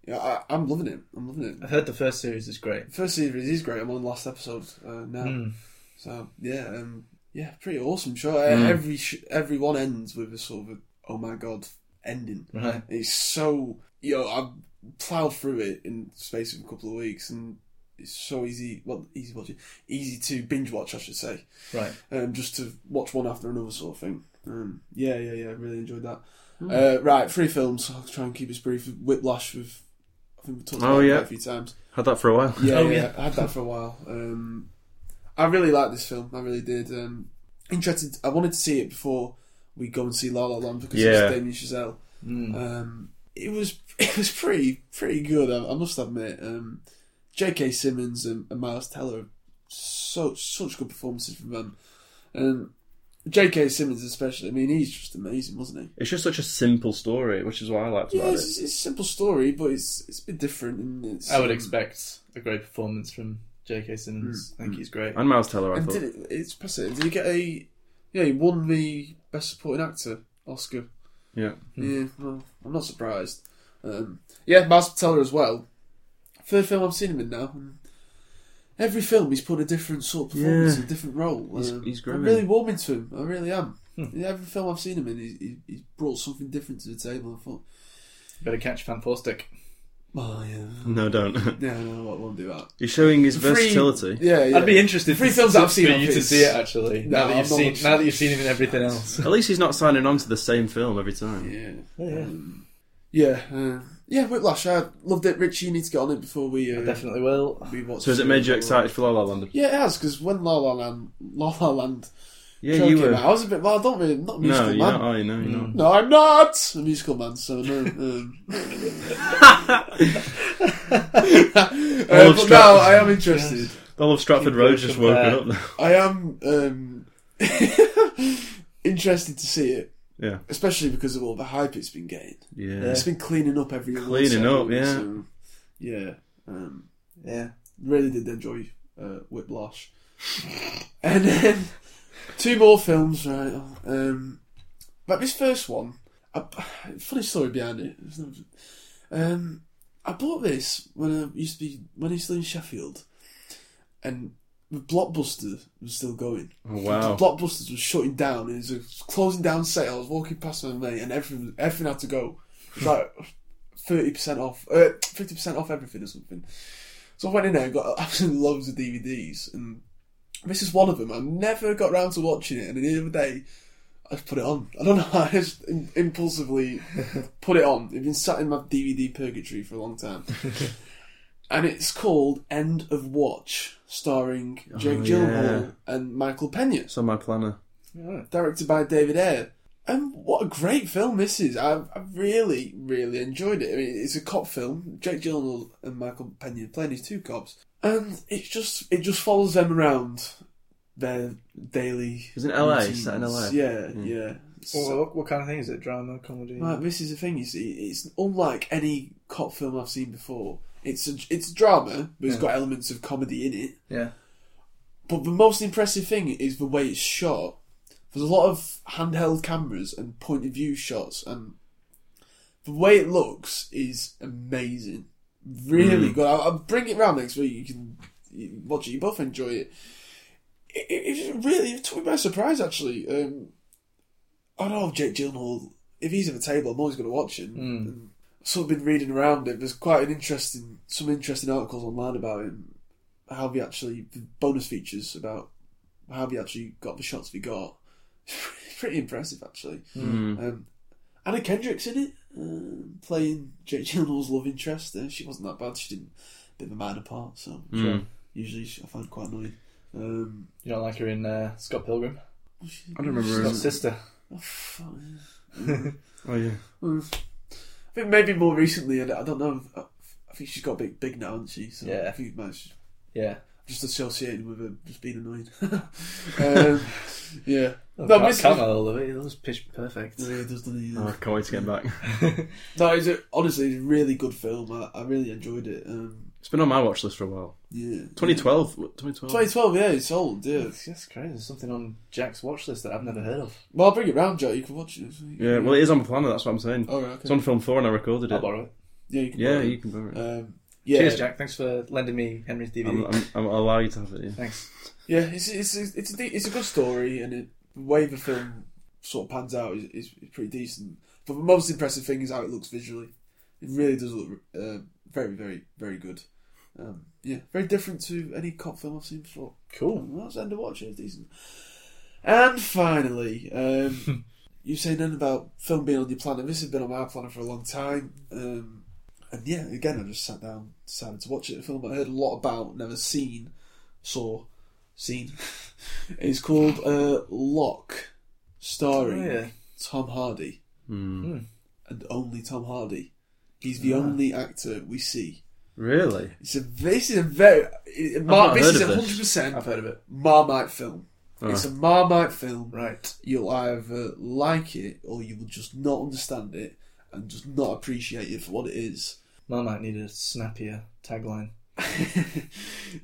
E: yeah, I, I'm loving it. I'm loving it.
C: I heard the first series is great.
E: First series is great. I'm on the last episode uh, now,
D: Hmm.
C: Mm.
E: so yeah, um, yeah, pretty awesome show. Uh,
D: Hmm.
E: Every sh- every one ends with a sort of a, oh my god ending.
D: Hmm.
C: Right.
E: It's so you know I've plowed through it in the space of a couple of weeks, and it's so easy. Well, easy watching, easy to binge watch, I should say
C: Right.
E: um, just to watch one after another sort of thing. Um, yeah, yeah, yeah. Really enjoyed that.
D: Hmm.
E: Uh, right, three films. I'll try and keep this brief. Whiplash. With I think we talked about
D: Oh,
E: it
D: yeah.
E: quite a few times.
D: Had that for a while.
E: Yeah,
C: Oh,
E: yeah,
C: yeah.
E: I had that for a while. Um, I really liked this film. I really did. Um, interested. I wanted to see it before we go and see La La Land because
D: Yeah.
E: it's Damien Chazelle.
C: Hmm.
E: Um, it was it was pretty pretty good. I, I must admit. Um, J.K. Simmons and, and Miles Teller, so such good performances from them. Um, J.K. Simmons, especially. I mean, he's just amazing, wasn't he?
D: It's just such a simple story, which is what I liked
E: Yeah,
D: about
E: it's, it's a simple story, but it's it's a bit different. And it's,
C: I would expect a great performance from J.K.
E: Hmm.
C: Simmons. I think he's great.
D: it. And Miles Teller, I
E: And
D: thought.
E: did it, it's passive. Did he get a? Yeah, he won the best supporting actor Oscar.
D: Yeah.
E: Yeah, well, I'm not surprised. Um, yeah, Miles Teller as well. Third film I've seen him in now. and Every film he's put a different sort of performance,
D: Yeah.
E: a different role.
D: He's-
E: Um,
D: he's
E: I'm
D: growing. Hmm.
E: really warming to him. I really am. In every film I've seen him in, he, he, he's brought something different to the table. I thought,
C: Better catch Van Forstek.
E: oh yeah,
D: No, don't.
E: no, no, no, I won't do that.
D: He's showing his
C: Free-
D: versatility.
E: Yeah, yeah.
C: I'd be interested
E: Three
C: to-
E: films
C: to-
E: I've seen
C: for
E: of
C: you to
E: his.
C: see it actually.
E: No,
C: now that
E: I'm
C: you've
E: not
C: seen,
E: much-
C: now that you've seen him in everything else.
D: At least he's not signing on to the same film every time.
E: Yeah. Um, yeah. Uh, yeah, Whiplash. I loved it. Rich, you need to get on it before we, uh,
C: Definitely will.
E: we watch
D: So has it
E: the-
D: made you excited for La La Land?
E: Yeah, it has, because when La La Land, La La Land
D: Yeah,
E: trailer
D: you
E: came
D: were.
E: out, I was a bit, well, I don't really, I'm not a musical
D: No, you're
E: man.
D: not. Are you? No, you're not.
E: No, I'm not a musical man, so no. Um, Uh,
D: All of
E: but
D: Strat-
E: now I am interested.
D: All of Stratford Road just
C: Keep going from
D: woken up. Now.
E: I am um, interested to see it,
D: Yeah,
E: especially because of all the hype it's been getting.
D: yeah.
E: It's been cleaning up every award
D: Cleaning
E: ceremony,
D: up, yeah.
E: so, yeah. Um,
H: Yeah.
E: really did enjoy uh, Whiplash. and then two more films, right? Um, but this first one, I, funny story behind it. It's not- Um, I bought this when I used to be when I used to live in Sheffield, and the Blockbuster was still going.
D: Oh, wow.
E: Blockbusters was shutting down. It was a closing down sale. I was walking past my mate, and everything, everything had to go. It was like thirty percent off, uh, fifty percent off everything or something. So I went in there and got absolutely loads of DVDs, and this is one of them. I never got round to watching it, and the other day I just put it on. I don't know. I just im- impulsively put it on. It's been sat in my DVD purgatory for a long time. And it's called End of Watch, starring Jake
D: Oh,
E: Gyllenhaal and Michael Pena
D: It's on my planner.
E: directed by David Ayer. And what a great film this is! I, I really, really enjoyed it. I mean, it's a cop film. Jake Gyllenhaal and Michael Pena playing these two cops, and it's just it just follows them around their daily.
D: It's in LA. It's set in
E: routines.
D: LA.
E: Yeah, yeah.
C: Well,
E: So,
C: what, what kind of thing is it? Drama, comedy?
E: like, this is the thing you see. It's unlike any cop film I've seen before. It's a, it's drama, but it's got elements of comedy in it.
C: Yeah.
E: But the most impressive thing is the way it's shot. There's a lot of handheld cameras and point of view shots, and the way it looks is amazing. Really good. I'll, I'll bring it round next week. You can you can watch it. You both enjoy it. It, it, it really it took me by surprise, actually. Um, I don't know Jake Gyllenhaal. If he's at the table, I'm always going to watch him. And sort of been reading around it. There's quite an interesting, some interesting articles online about him how they actually the bonus features about how they actually got the shots we got. Pretty impressive, actually.
C: Hmm.
E: Um, Anna Kendrick's in it, um, playing Jake Gyllenhaal's love interest. Uh, she wasn't that bad. She did a bit of a minor part, so
C: Hmm.
D: Mm.
E: usually she, I find quite annoying. Um,
C: You don't like her in uh, Scott Pilgrim?
E: she-
D: I don't remember.
C: Scott's sister.
E: Oh, fuck, yeah.
D: Oh yeah.
E: I think maybe more recently. I don't I don't know. I I think she's got a bit big now, hasn't she? So
C: Yeah.
E: I think it might
C: Yeah.
E: just associated with her just being annoying. um, yeah.
C: Oh,
E: No,
C: no,
E: but
C: Car-
E: it's-
C: Carmel, though, it was pitch perfect.
E: Yeah, it does, doesn't he? Yeah.
D: Oh, I can't wait to get back.
E: No, it's a, honestly it's a really good film. I, I really enjoyed it. Um,
D: It's been on my watch list for a while.
E: yeah,
D: 2012. what, 2012.
E: 2012. Yeah, it's old. Yeah.
C: It's just crazy. There's something on Jack's watch list that I've never heard of.
E: Well, I'll bring it round, Joe. You can watch it. next week.
D: Yeah. Well, it is on my planner. That's what I'm saying.
E: All right. Okay.
D: It's on film four, and I recorded
C: I'll
D: it.
C: borrow it.
E: Yeah, you can.
D: Yeah,
E: borrow it.
D: you can borrow it.
E: Um, yeah,
C: Cheers, Jack. Thanks for lending me Henry's DVD.
D: I'm, I'm, I'm, I'll allow you to have it. Yeah.
C: Thanks.
E: yeah. It's it's it's it's a, de- it's a good story, and it, the way the film sort of pans out is, is pretty decent. But the most impressive thing is how it looks visually. It really does look uh, very, very, very good. Um, yeah, very different to any cop film I've seen before. Um,
C: Cool.
E: Well, that's end of watch. It's decent. And finally, um, you say nothing about film being on your planner. This has been on my planner for a long time. Um, and yeah, again, I just sat down, decided to watch it. A film I heard a lot about, never seen, saw, seen. it's called uh, Lock, starring
C: Oh, yeah.
E: Tom Hardy.
D: Hmm.
E: And only Tom Hardy. He's
C: Ah.
E: the only actor we see.
D: Really?
E: It's a, this is a very. It, Mar-
D: not
E: this
D: heard
E: is
D: of this.
E: 100%
C: I've heard of it.
E: Marmite film. It's a Marmite film.
C: Right.
E: You'll either like it or you will just not understand it and just not appreciate it for what it is.
J: Man might need a snappier tagline.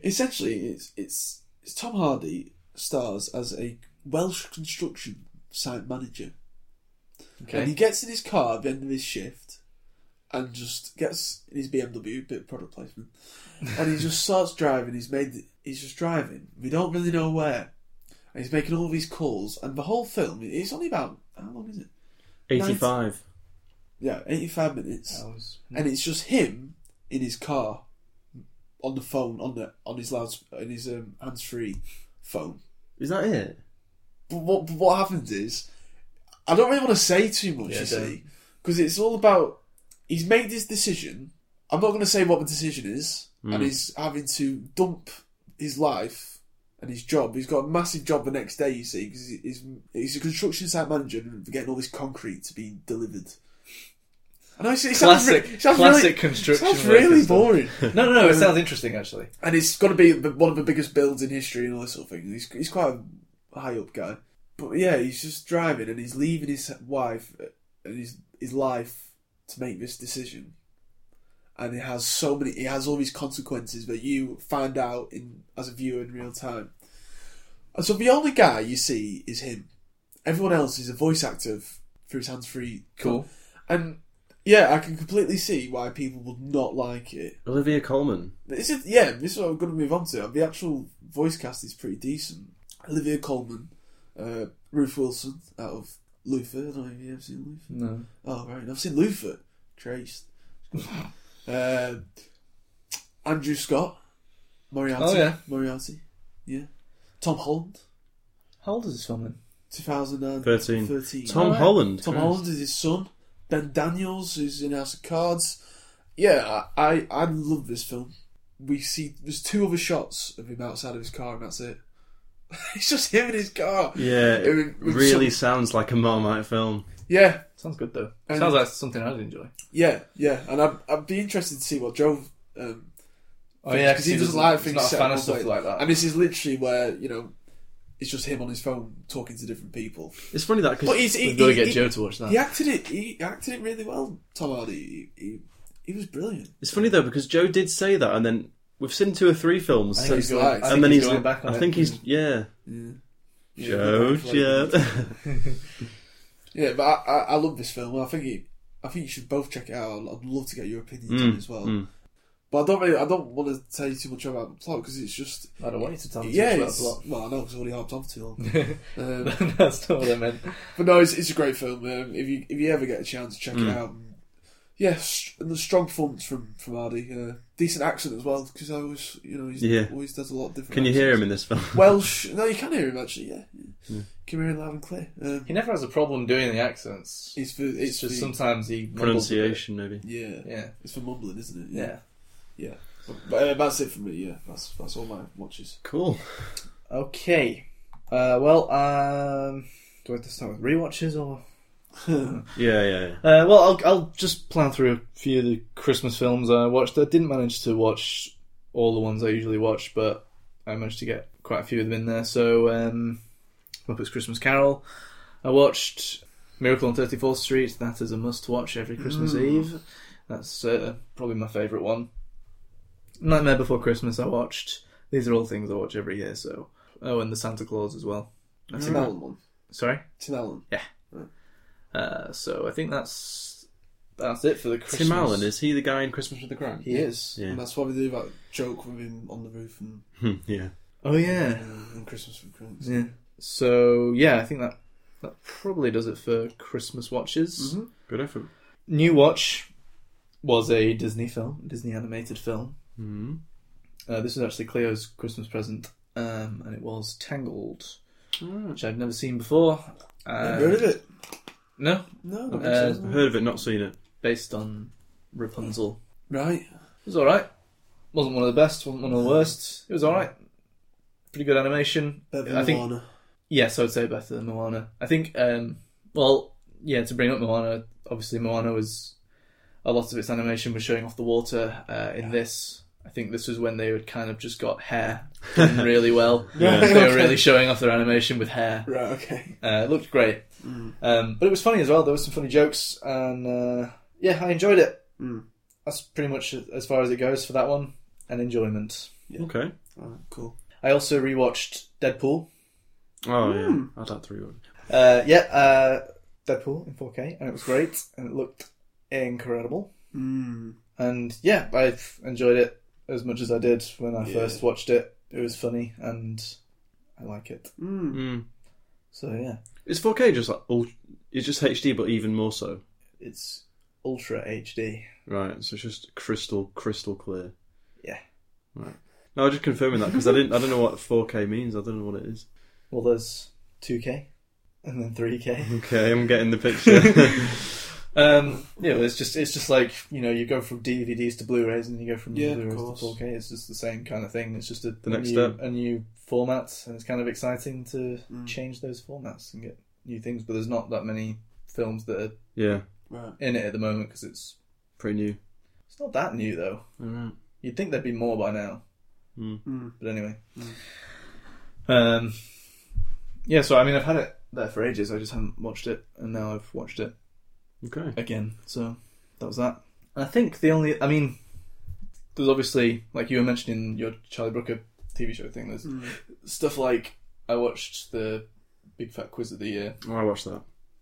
E: Essentially, it's, it's it's Tom Hardy stars as a Welsh construction site manager. And he
J: Okay.
E: gets in his car at the end of his shift and just gets in his BMW, bit of product placement, and he just starts driving. He's made, he's just driving. We don't really know where. And he's making all these calls, and the whole film, it's only about, how long is it?
D: 85.
E: Yeah, 85 minutes.
J: That was-
E: And it's just him in his car, on the phone, on the on his loud, in his um, hands-free phone.
D: Is that it?
E: But what but what happens is, I don't really want to say too much,
J: Yeah,
E: you
J: don't.
E: see, because it's all about he's made this decision. I'm not going to say what the decision is,
J: Hmm.
E: and he's having to dump his life and his job. He's got a massive job the next day, you see, because he's he's a construction site manager and getting all this concrete to be delivered. And I know it sounds
J: Classic,
E: re- it sounds really-
J: classic construction.
E: Sounds
J: worker
E: really
J: stuff.
E: boring,
C: No, no, no. It sounds interesting, actually.
E: and it's got to be the- one of the biggest builds in history and all this sort of thing. He's he's quite a high up guy, but yeah, he's just driving and he's leaving his wife and his his life to make this decision, and it has so many, it has all these consequences that you find out in as a viewer in real time. And so the only guy you see is him. Everyone else is a voice actor f- through his hands free.
C: Cool.
E: And yeah, I can completely see why people would not like it.
D: Olivia Colman.
E: This is yeah. This is what I'm going to move on to. The actual voice cast is pretty decent. Olivia Colman, uh, Ruth Wilson out of Luther. I don't know if you've ever seen Luther.
J: No.
E: Oh right, I've seen Luther. Traced. uh, Andrew Scott, Moriarty.
J: Oh, yeah.
E: Moriarty. Yeah. Tom Holland,
J: How old is this film then?
E: 2013.
D: Thirteen. Tom Holland.
E: Tom Holland is his son. Ben Daniels is in House of Cards. Yeah, I, I I love this film. We see there's two other shots of him outside of his car, and that's it. it's just him in his car.
D: Yeah,
E: I mean,
D: it
E: with
D: really sounds like a Marmite film.
E: Yeah,
C: Sounds good though.
E: And-
C: sounds like something I'd enjoy.
E: yeah, yeah. And I'd, I'd be interested to see what drove. Um,
J: Oh yeah,
E: because he doesn't like
J: live
E: things
J: Not a
E: set
J: fan
E: up
J: of stuff
E: like-
J: like that.
E: and this is literally where you know, it's just him on his phone talking to different people.
D: It's funny that
E: But
D: because
E: he's, he,
J: We've got to
E: he-
J: get
E: he-
J: Joe to watch that.
E: he acted it. He acted it really well. Tom Hardy. He, he, he was brilliant.
D: it's funny though because Joe did say that, and then we've seen two or three films,
E: think he's going- I
D: and then he's,
J: going back on
D: I
J: it.
D: think
C: Mm.
D: he's yeah.
E: Yeah,
D: Joe,
E: like-
D: yeah.
E: Yeah, but I, I, I love this film. and I think it, I think you should both check it out. I'd, I'd love to get your opinions on it as well.
D: mm.
E: But I don't really, I don't want to tell you too much about the plot because it's just
J: I don't want you to tell me
E: yeah,
J: too much
E: it's,
J: about
E: well I know it's already harped on for too long.
J: the
E: um,
J: plot. That's not what I meant.
E: but no, it's, it's a great film. Um, if you if you ever get a chance, check
D: Mm.
E: it out. And, yeah, st- and the strong performance from from Hardy, uh, decent accent as well because I always you know he's
D: Yeah.
E: always does a lot of different.
D: Can you hear him
E: accents.
D: in this film?
E: Welsh? No, you can hear him actually. Yeah, yeah. can hear him loud and clear. Um,
J: He never has a problem doing the accents.
E: it's for it's,
J: It's
E: for
J: just sometimes he mumbles a bit.
D: Pronunciation, maybe.
E: yeah
J: Yeah,
E: It's for mumbling, isn't it?
J: yeah.
E: But uh, that's it for me. Yeah, that's that's all my watches.
D: Cool.
C: Okay. Uh, well, um, do I have to start with rewatches or?
D: Yeah, yeah, yeah.
C: Uh, well, I'll, I'll just plow through a few of the Christmas films I watched. I didn't manage to watch all the ones I usually watch, but I managed to get quite a few of them in there. So, um, Muppets Christmas Carol. I watched Miracle on 34th Street. That is a must watch every Christmas Eve. That's uh, probably my favourite one. Nightmare Before Christmas, I watched. These are all things I watch every year, so. Oh, and the Santa Claus as well. I
E: Tim
C: think that-
E: Allen one.
C: Sorry?
E: Tim Allen.
C: Uh, so I think that's that's it for the Christmas.
D: Tim Allen is he the guy in Christmas with the Crown?
C: He is.
D: Yeah.
E: And that's why we do that joke with him on the roof and,
D: Hmm, yeah.
C: Oh yeah.
E: and Christmas with Christmas.
C: Yeah. So yeah, I think that that probably does it for Christmas watches.
E: Mm-hmm.
D: Good effort.
C: New Watch was a Disney film, Disney animated film.
D: Mm.
C: Uh, this was actually Cleo's Christmas present, um, and it was Tangled, which I've never seen before. Uh,
E: Heard of it?
C: No,
E: No, not
C: Uh,
E: think so.
D: Heard of it, not seen it.
C: based on Rapunzel.
E: Right.
C: It was all right. wasn't one of the best. wasn't one of the
E: Uh-huh.
C: worst. It was all right. Pretty good animation.
E: Better
C: I
E: than
C: think
E: Moana.
C: Yes, I would say better than Moana. I think, um, well, yeah, to bring up Moana, obviously Moana was a lot of its animation was showing off the water. Uh, in this, I think this was when they had kind of just got hair done really well. They were really showing off their animation with hair.
E: Right, okay.
C: Uh, it looked great, um, but it was funny as well. There was some funny jokes, and uh, yeah, I enjoyed it.
E: Mm.
C: That's pretty much as far as it goes for that one. And enjoyment.
D: Okay.
E: Alright, cool.
C: I also rewatched Deadpool.
D: Oh yeah, I'd have to rewatch.
C: Uh, yeah, uh, Deadpool in 4K, and it was great, and it looked incredible.
E: Mm.
C: And yeah, I enjoyed it as much as I did when I
E: Yeah.
C: first watched it. It was funny, and I like it.
E: Mm.
D: Mm.
C: So yeah,
D: Is 4K just like ult- It's just HD, but even more so.
C: it's ultra HD.
D: Right, so it's just crystal, crystal clear.
C: Yeah.
D: Right. No, I'm just confirming that because I didn't. I don't know what 4K means. I don't know what it is.
C: Well, there's 2K and then 3K.
D: Okay, I'm getting the picture.
C: um, yeah, well, it's just it's just like you know you go from DVDs to Blu-rays and you go from
E: Yeah, of
C: Blu-rays
E: course.
C: to 4K. It's just the same kind of thing. It's just a,
D: The next
C: a new,
D: step.
C: a new format, and it's kind of exciting to
E: Mm.
C: change those formats and get new things. But there's not that many films that are
D: yeah,
E: Right.
C: in it at the moment because it's
D: pretty new.
C: it's not that new though.
D: All right.
C: You'd think there'd be more by now.
D: Mm.
E: Mm.
C: But anyway. Um, yeah, so I mean, I've had it there for ages. I just haven't watched it, and now I've watched it
D: Okay.
C: again. So that was that. I think the only, I mean, there's obviously like you were mentioning your Charlie Brooker TV show thing. There's
E: Mm.
C: stuff like I watched the Big Fat Quiz of the Year,
D: Well, Oh, I watched that.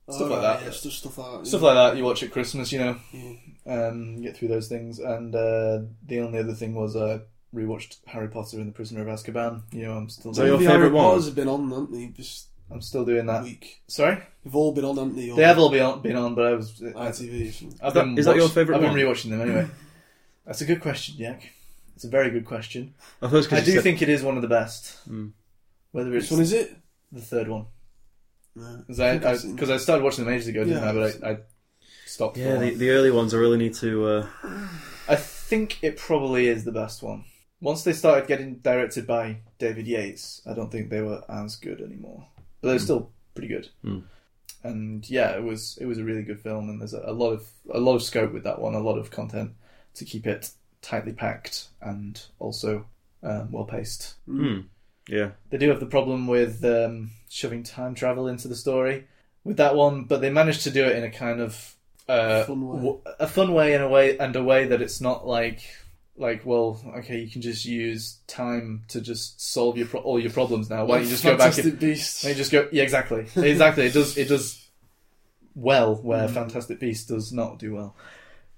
C: Stuff like
E: Alright,
C: that.
E: Oh, Yeah, stuff, stuff like that.
C: stuff like that. You watch at Christmas, you know,
E: Yeah.
C: um, get through those things. And uh, the only other thing was I rewatched Harry Potter and the Prisoner of Azkaban. You know, I'm still
D: So your
E: The
D: favourite
E: Harry
D: one?
E: Potters have been on, haven't they? Just
C: I'm still doing
E: a
C: that.
E: week.
C: Sorry,
E: They've all been on, haven't they?
C: they have all been on, been on but I was.
E: ITV. isn't it?
C: I've
D: Is that-
C: been
D: is that your
C: watch-
D: favourite
C: I've been
D: one?
C: rewatching them anyway. That's a good question, Jack. It's a very good question.
D: I thought it was 'cause
C: I
D: you
C: do
D: said-
C: think it is one of the best.
D: Mm.
C: Whether
E: Which
C: it's
E: one is it?
C: the third one,
E: No.
C: because I
E: think I've
C: because
E: seen-
C: I, uh, 'cause I started watching them ages ago, didn't
E: Yeah,
C: I?
E: I've
C: But I, I stopped.
D: Yeah,
C: for a
D: the,
C: while.
D: the early ones I really need to. Uh,
C: I think it probably is the best one. Once they started getting directed by David Yates, I don't think they were as good anymore. But they're still pretty good.
D: Mm.
C: And yeah, it was it was a really good film, and there's a, a lot of a lot of scope with that one, a lot of content to keep it tightly packed and also um, well paced.
D: hmm. Yeah.
C: They do have the problem with um, shoving time travel into the story with that one, but they managed to do it in a kind of uh,
E: Fun way.
C: w- a fun way in a way and a way that it's not like like well okay you can just use time to just solve your pro- all your problems now why don't you just go back and
E: Fantastic Beasts.
C: why don't you just go yeah exactly exactly it does it does well where
E: Mm.
C: Fantastic Beast does not do well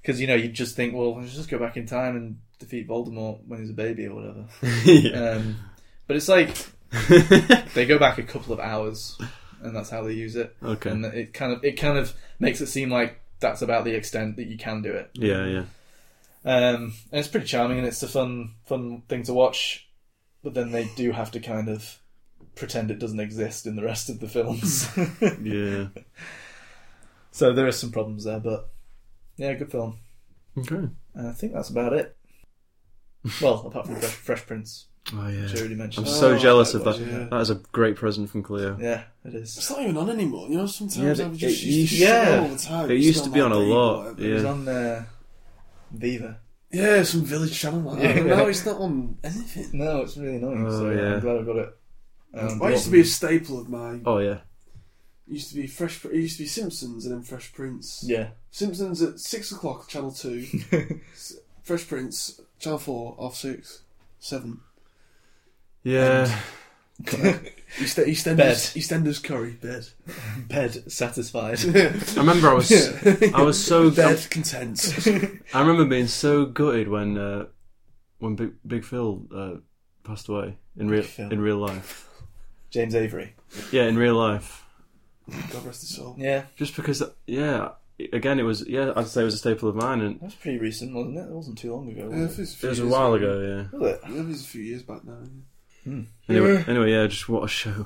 C: because you know you just think well let's just go back in time and defeat Voldemort when he's a baby or whatever
D: yeah.
C: um, but it's like they go back a couple of hours, and that's how they use it.
D: Okay.
C: And it kind of it kind of makes it seem like that's about the extent that you can do it.
D: yeah, yeah.
C: Um, and it's pretty charming, and it's a fun fun thing to watch. But then they do have to kind of pretend it doesn't exist in the rest of the films.
D: Yeah.
C: so there are some problems there, but yeah, good film.
D: Okay.
C: And I think that's about it. Well, apart from Fresh, Fresh Prince,
D: Oh, yeah.
C: which I already mentioned.
D: I'm so
E: Oh,
D: jealous
E: that
D: of
E: was,
D: that.
E: yeah.
D: That is a great present from Cleo.
C: Yeah, it is.
E: It's not even on anymore. You know,
D: Yeah,
E: sometimes
D: but
E: I would just
D: it
E: used to
D: used-
E: show
C: yeah.
E: all the time.
D: It
E: It's
D: used to
E: not
D: be
E: my
D: on a
E: thing,
D: lot,
E: whatever.
C: It was
D: Yeah.
C: on uh, Viva.
E: Yeah, some village channel. Like that.
C: Yeah.
E: No, it's not on anything.
C: No, it's really annoying.
D: Oh,
C: so uh,
D: yeah.
C: I'm glad I got it. Um,
E: Well, it used to be a staple of my.
D: Oh, yeah.
E: It used to be Fresh. Pr- It used to be Simpsons and then Fresh Prince.
C: yeah,
E: Simpsons at six o'clock, Channel Two. S- Fresh Prince, Channel Four, half six, seven.
D: Yeah.
E: East- EastEnders,
C: Bed.
E: EastEnders curry bed.
C: bed satisfied.
D: I remember I was I was so
E: Bed content.
D: I remember being so gutted when uh, when Big, Big Phil uh, passed away in real
C: Phil.
D: in real life.
C: James Avery.
D: Yeah, in real life.
E: God rest his soul.
C: Yeah,
D: Just because, yeah. Again, it was yeah. I'd say it was a staple of mine, and
C: that was pretty recent, wasn't it? It wasn't too long ago.
E: Yeah,
C: Was
E: it was
D: it was a
E: few
D: while
E: years
D: ago. Yeah.
C: it? Was it?
E: Yeah, it was a few years back now.
D: Anyway,
C: Yeah.
D: anyway, yeah. Just what a show.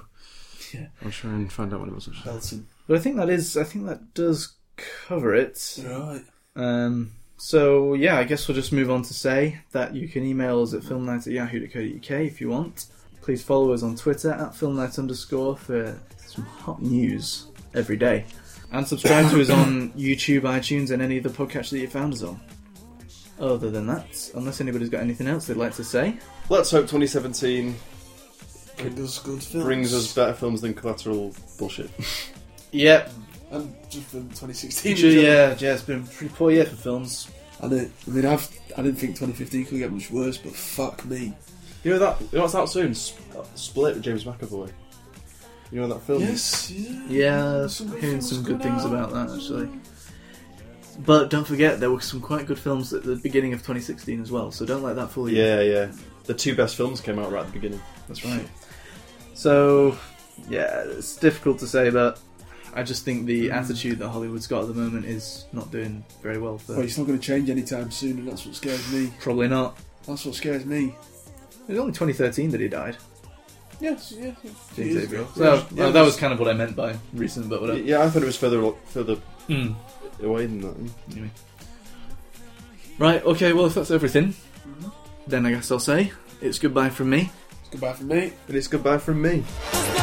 C: Yeah.
D: I'll try and find out when it was.
E: Belton.
C: But I think that is. I think that does cover it.
E: Right.
C: Um. So yeah, I guess we'll just move on to say that you can email us at filmnight at yahoo.co.uk if you want. Please follow us on Twitter at filmnight underscore for some hot news every day. And subscribe to us on YouTube, iTunes, and any other podcatcher that you found us on. Other than that, unless anybody's got anything else they'd like to say,
D: Let's hope 2017
E: Brings us good films.
D: brings us better films than collateral bullshit.
C: yeah,
E: And just from 2016.
C: future, yeah, yeah, it's been a pretty poor year for films.
E: I, don't- I mean, I've, I didn't think 2015 could get much worse, but fuck me.
D: You know that? You know what's out soon? Sp- Split with James McAvoy. You know that film?
E: Yes, yeah.
C: Yeah, hearing some good things about that actually. But don't forget, there were some quite good films at the beginning of 2016 as well, so don't let that fool you.
D: Yeah, yeah. The two best films came out right at the beginning.
C: That's right. So, yeah, it's difficult to say, but I just think the attitude that Hollywood's got at the moment is not doing very well for.
E: Well, it's not going to change anytime soon, and that's what scares me.
C: Probably not.
E: That's what scares me.
C: It was only 2013 that he died,
E: Yes, yeah. yeah.
C: James
E: Years
C: Gabriel.
E: ago.
C: So
E: Yeah,
C: well, that was kind of what I meant by recent, but whatever.
D: Yeah, I thought it was further further
C: Mm.
D: away than that.
C: Anyway. Right. Okay. Well, if that's everything, then I guess I'll say it's goodbye from me.
E: Goodbye from me.
D: And it's goodbye from me.
K: Cause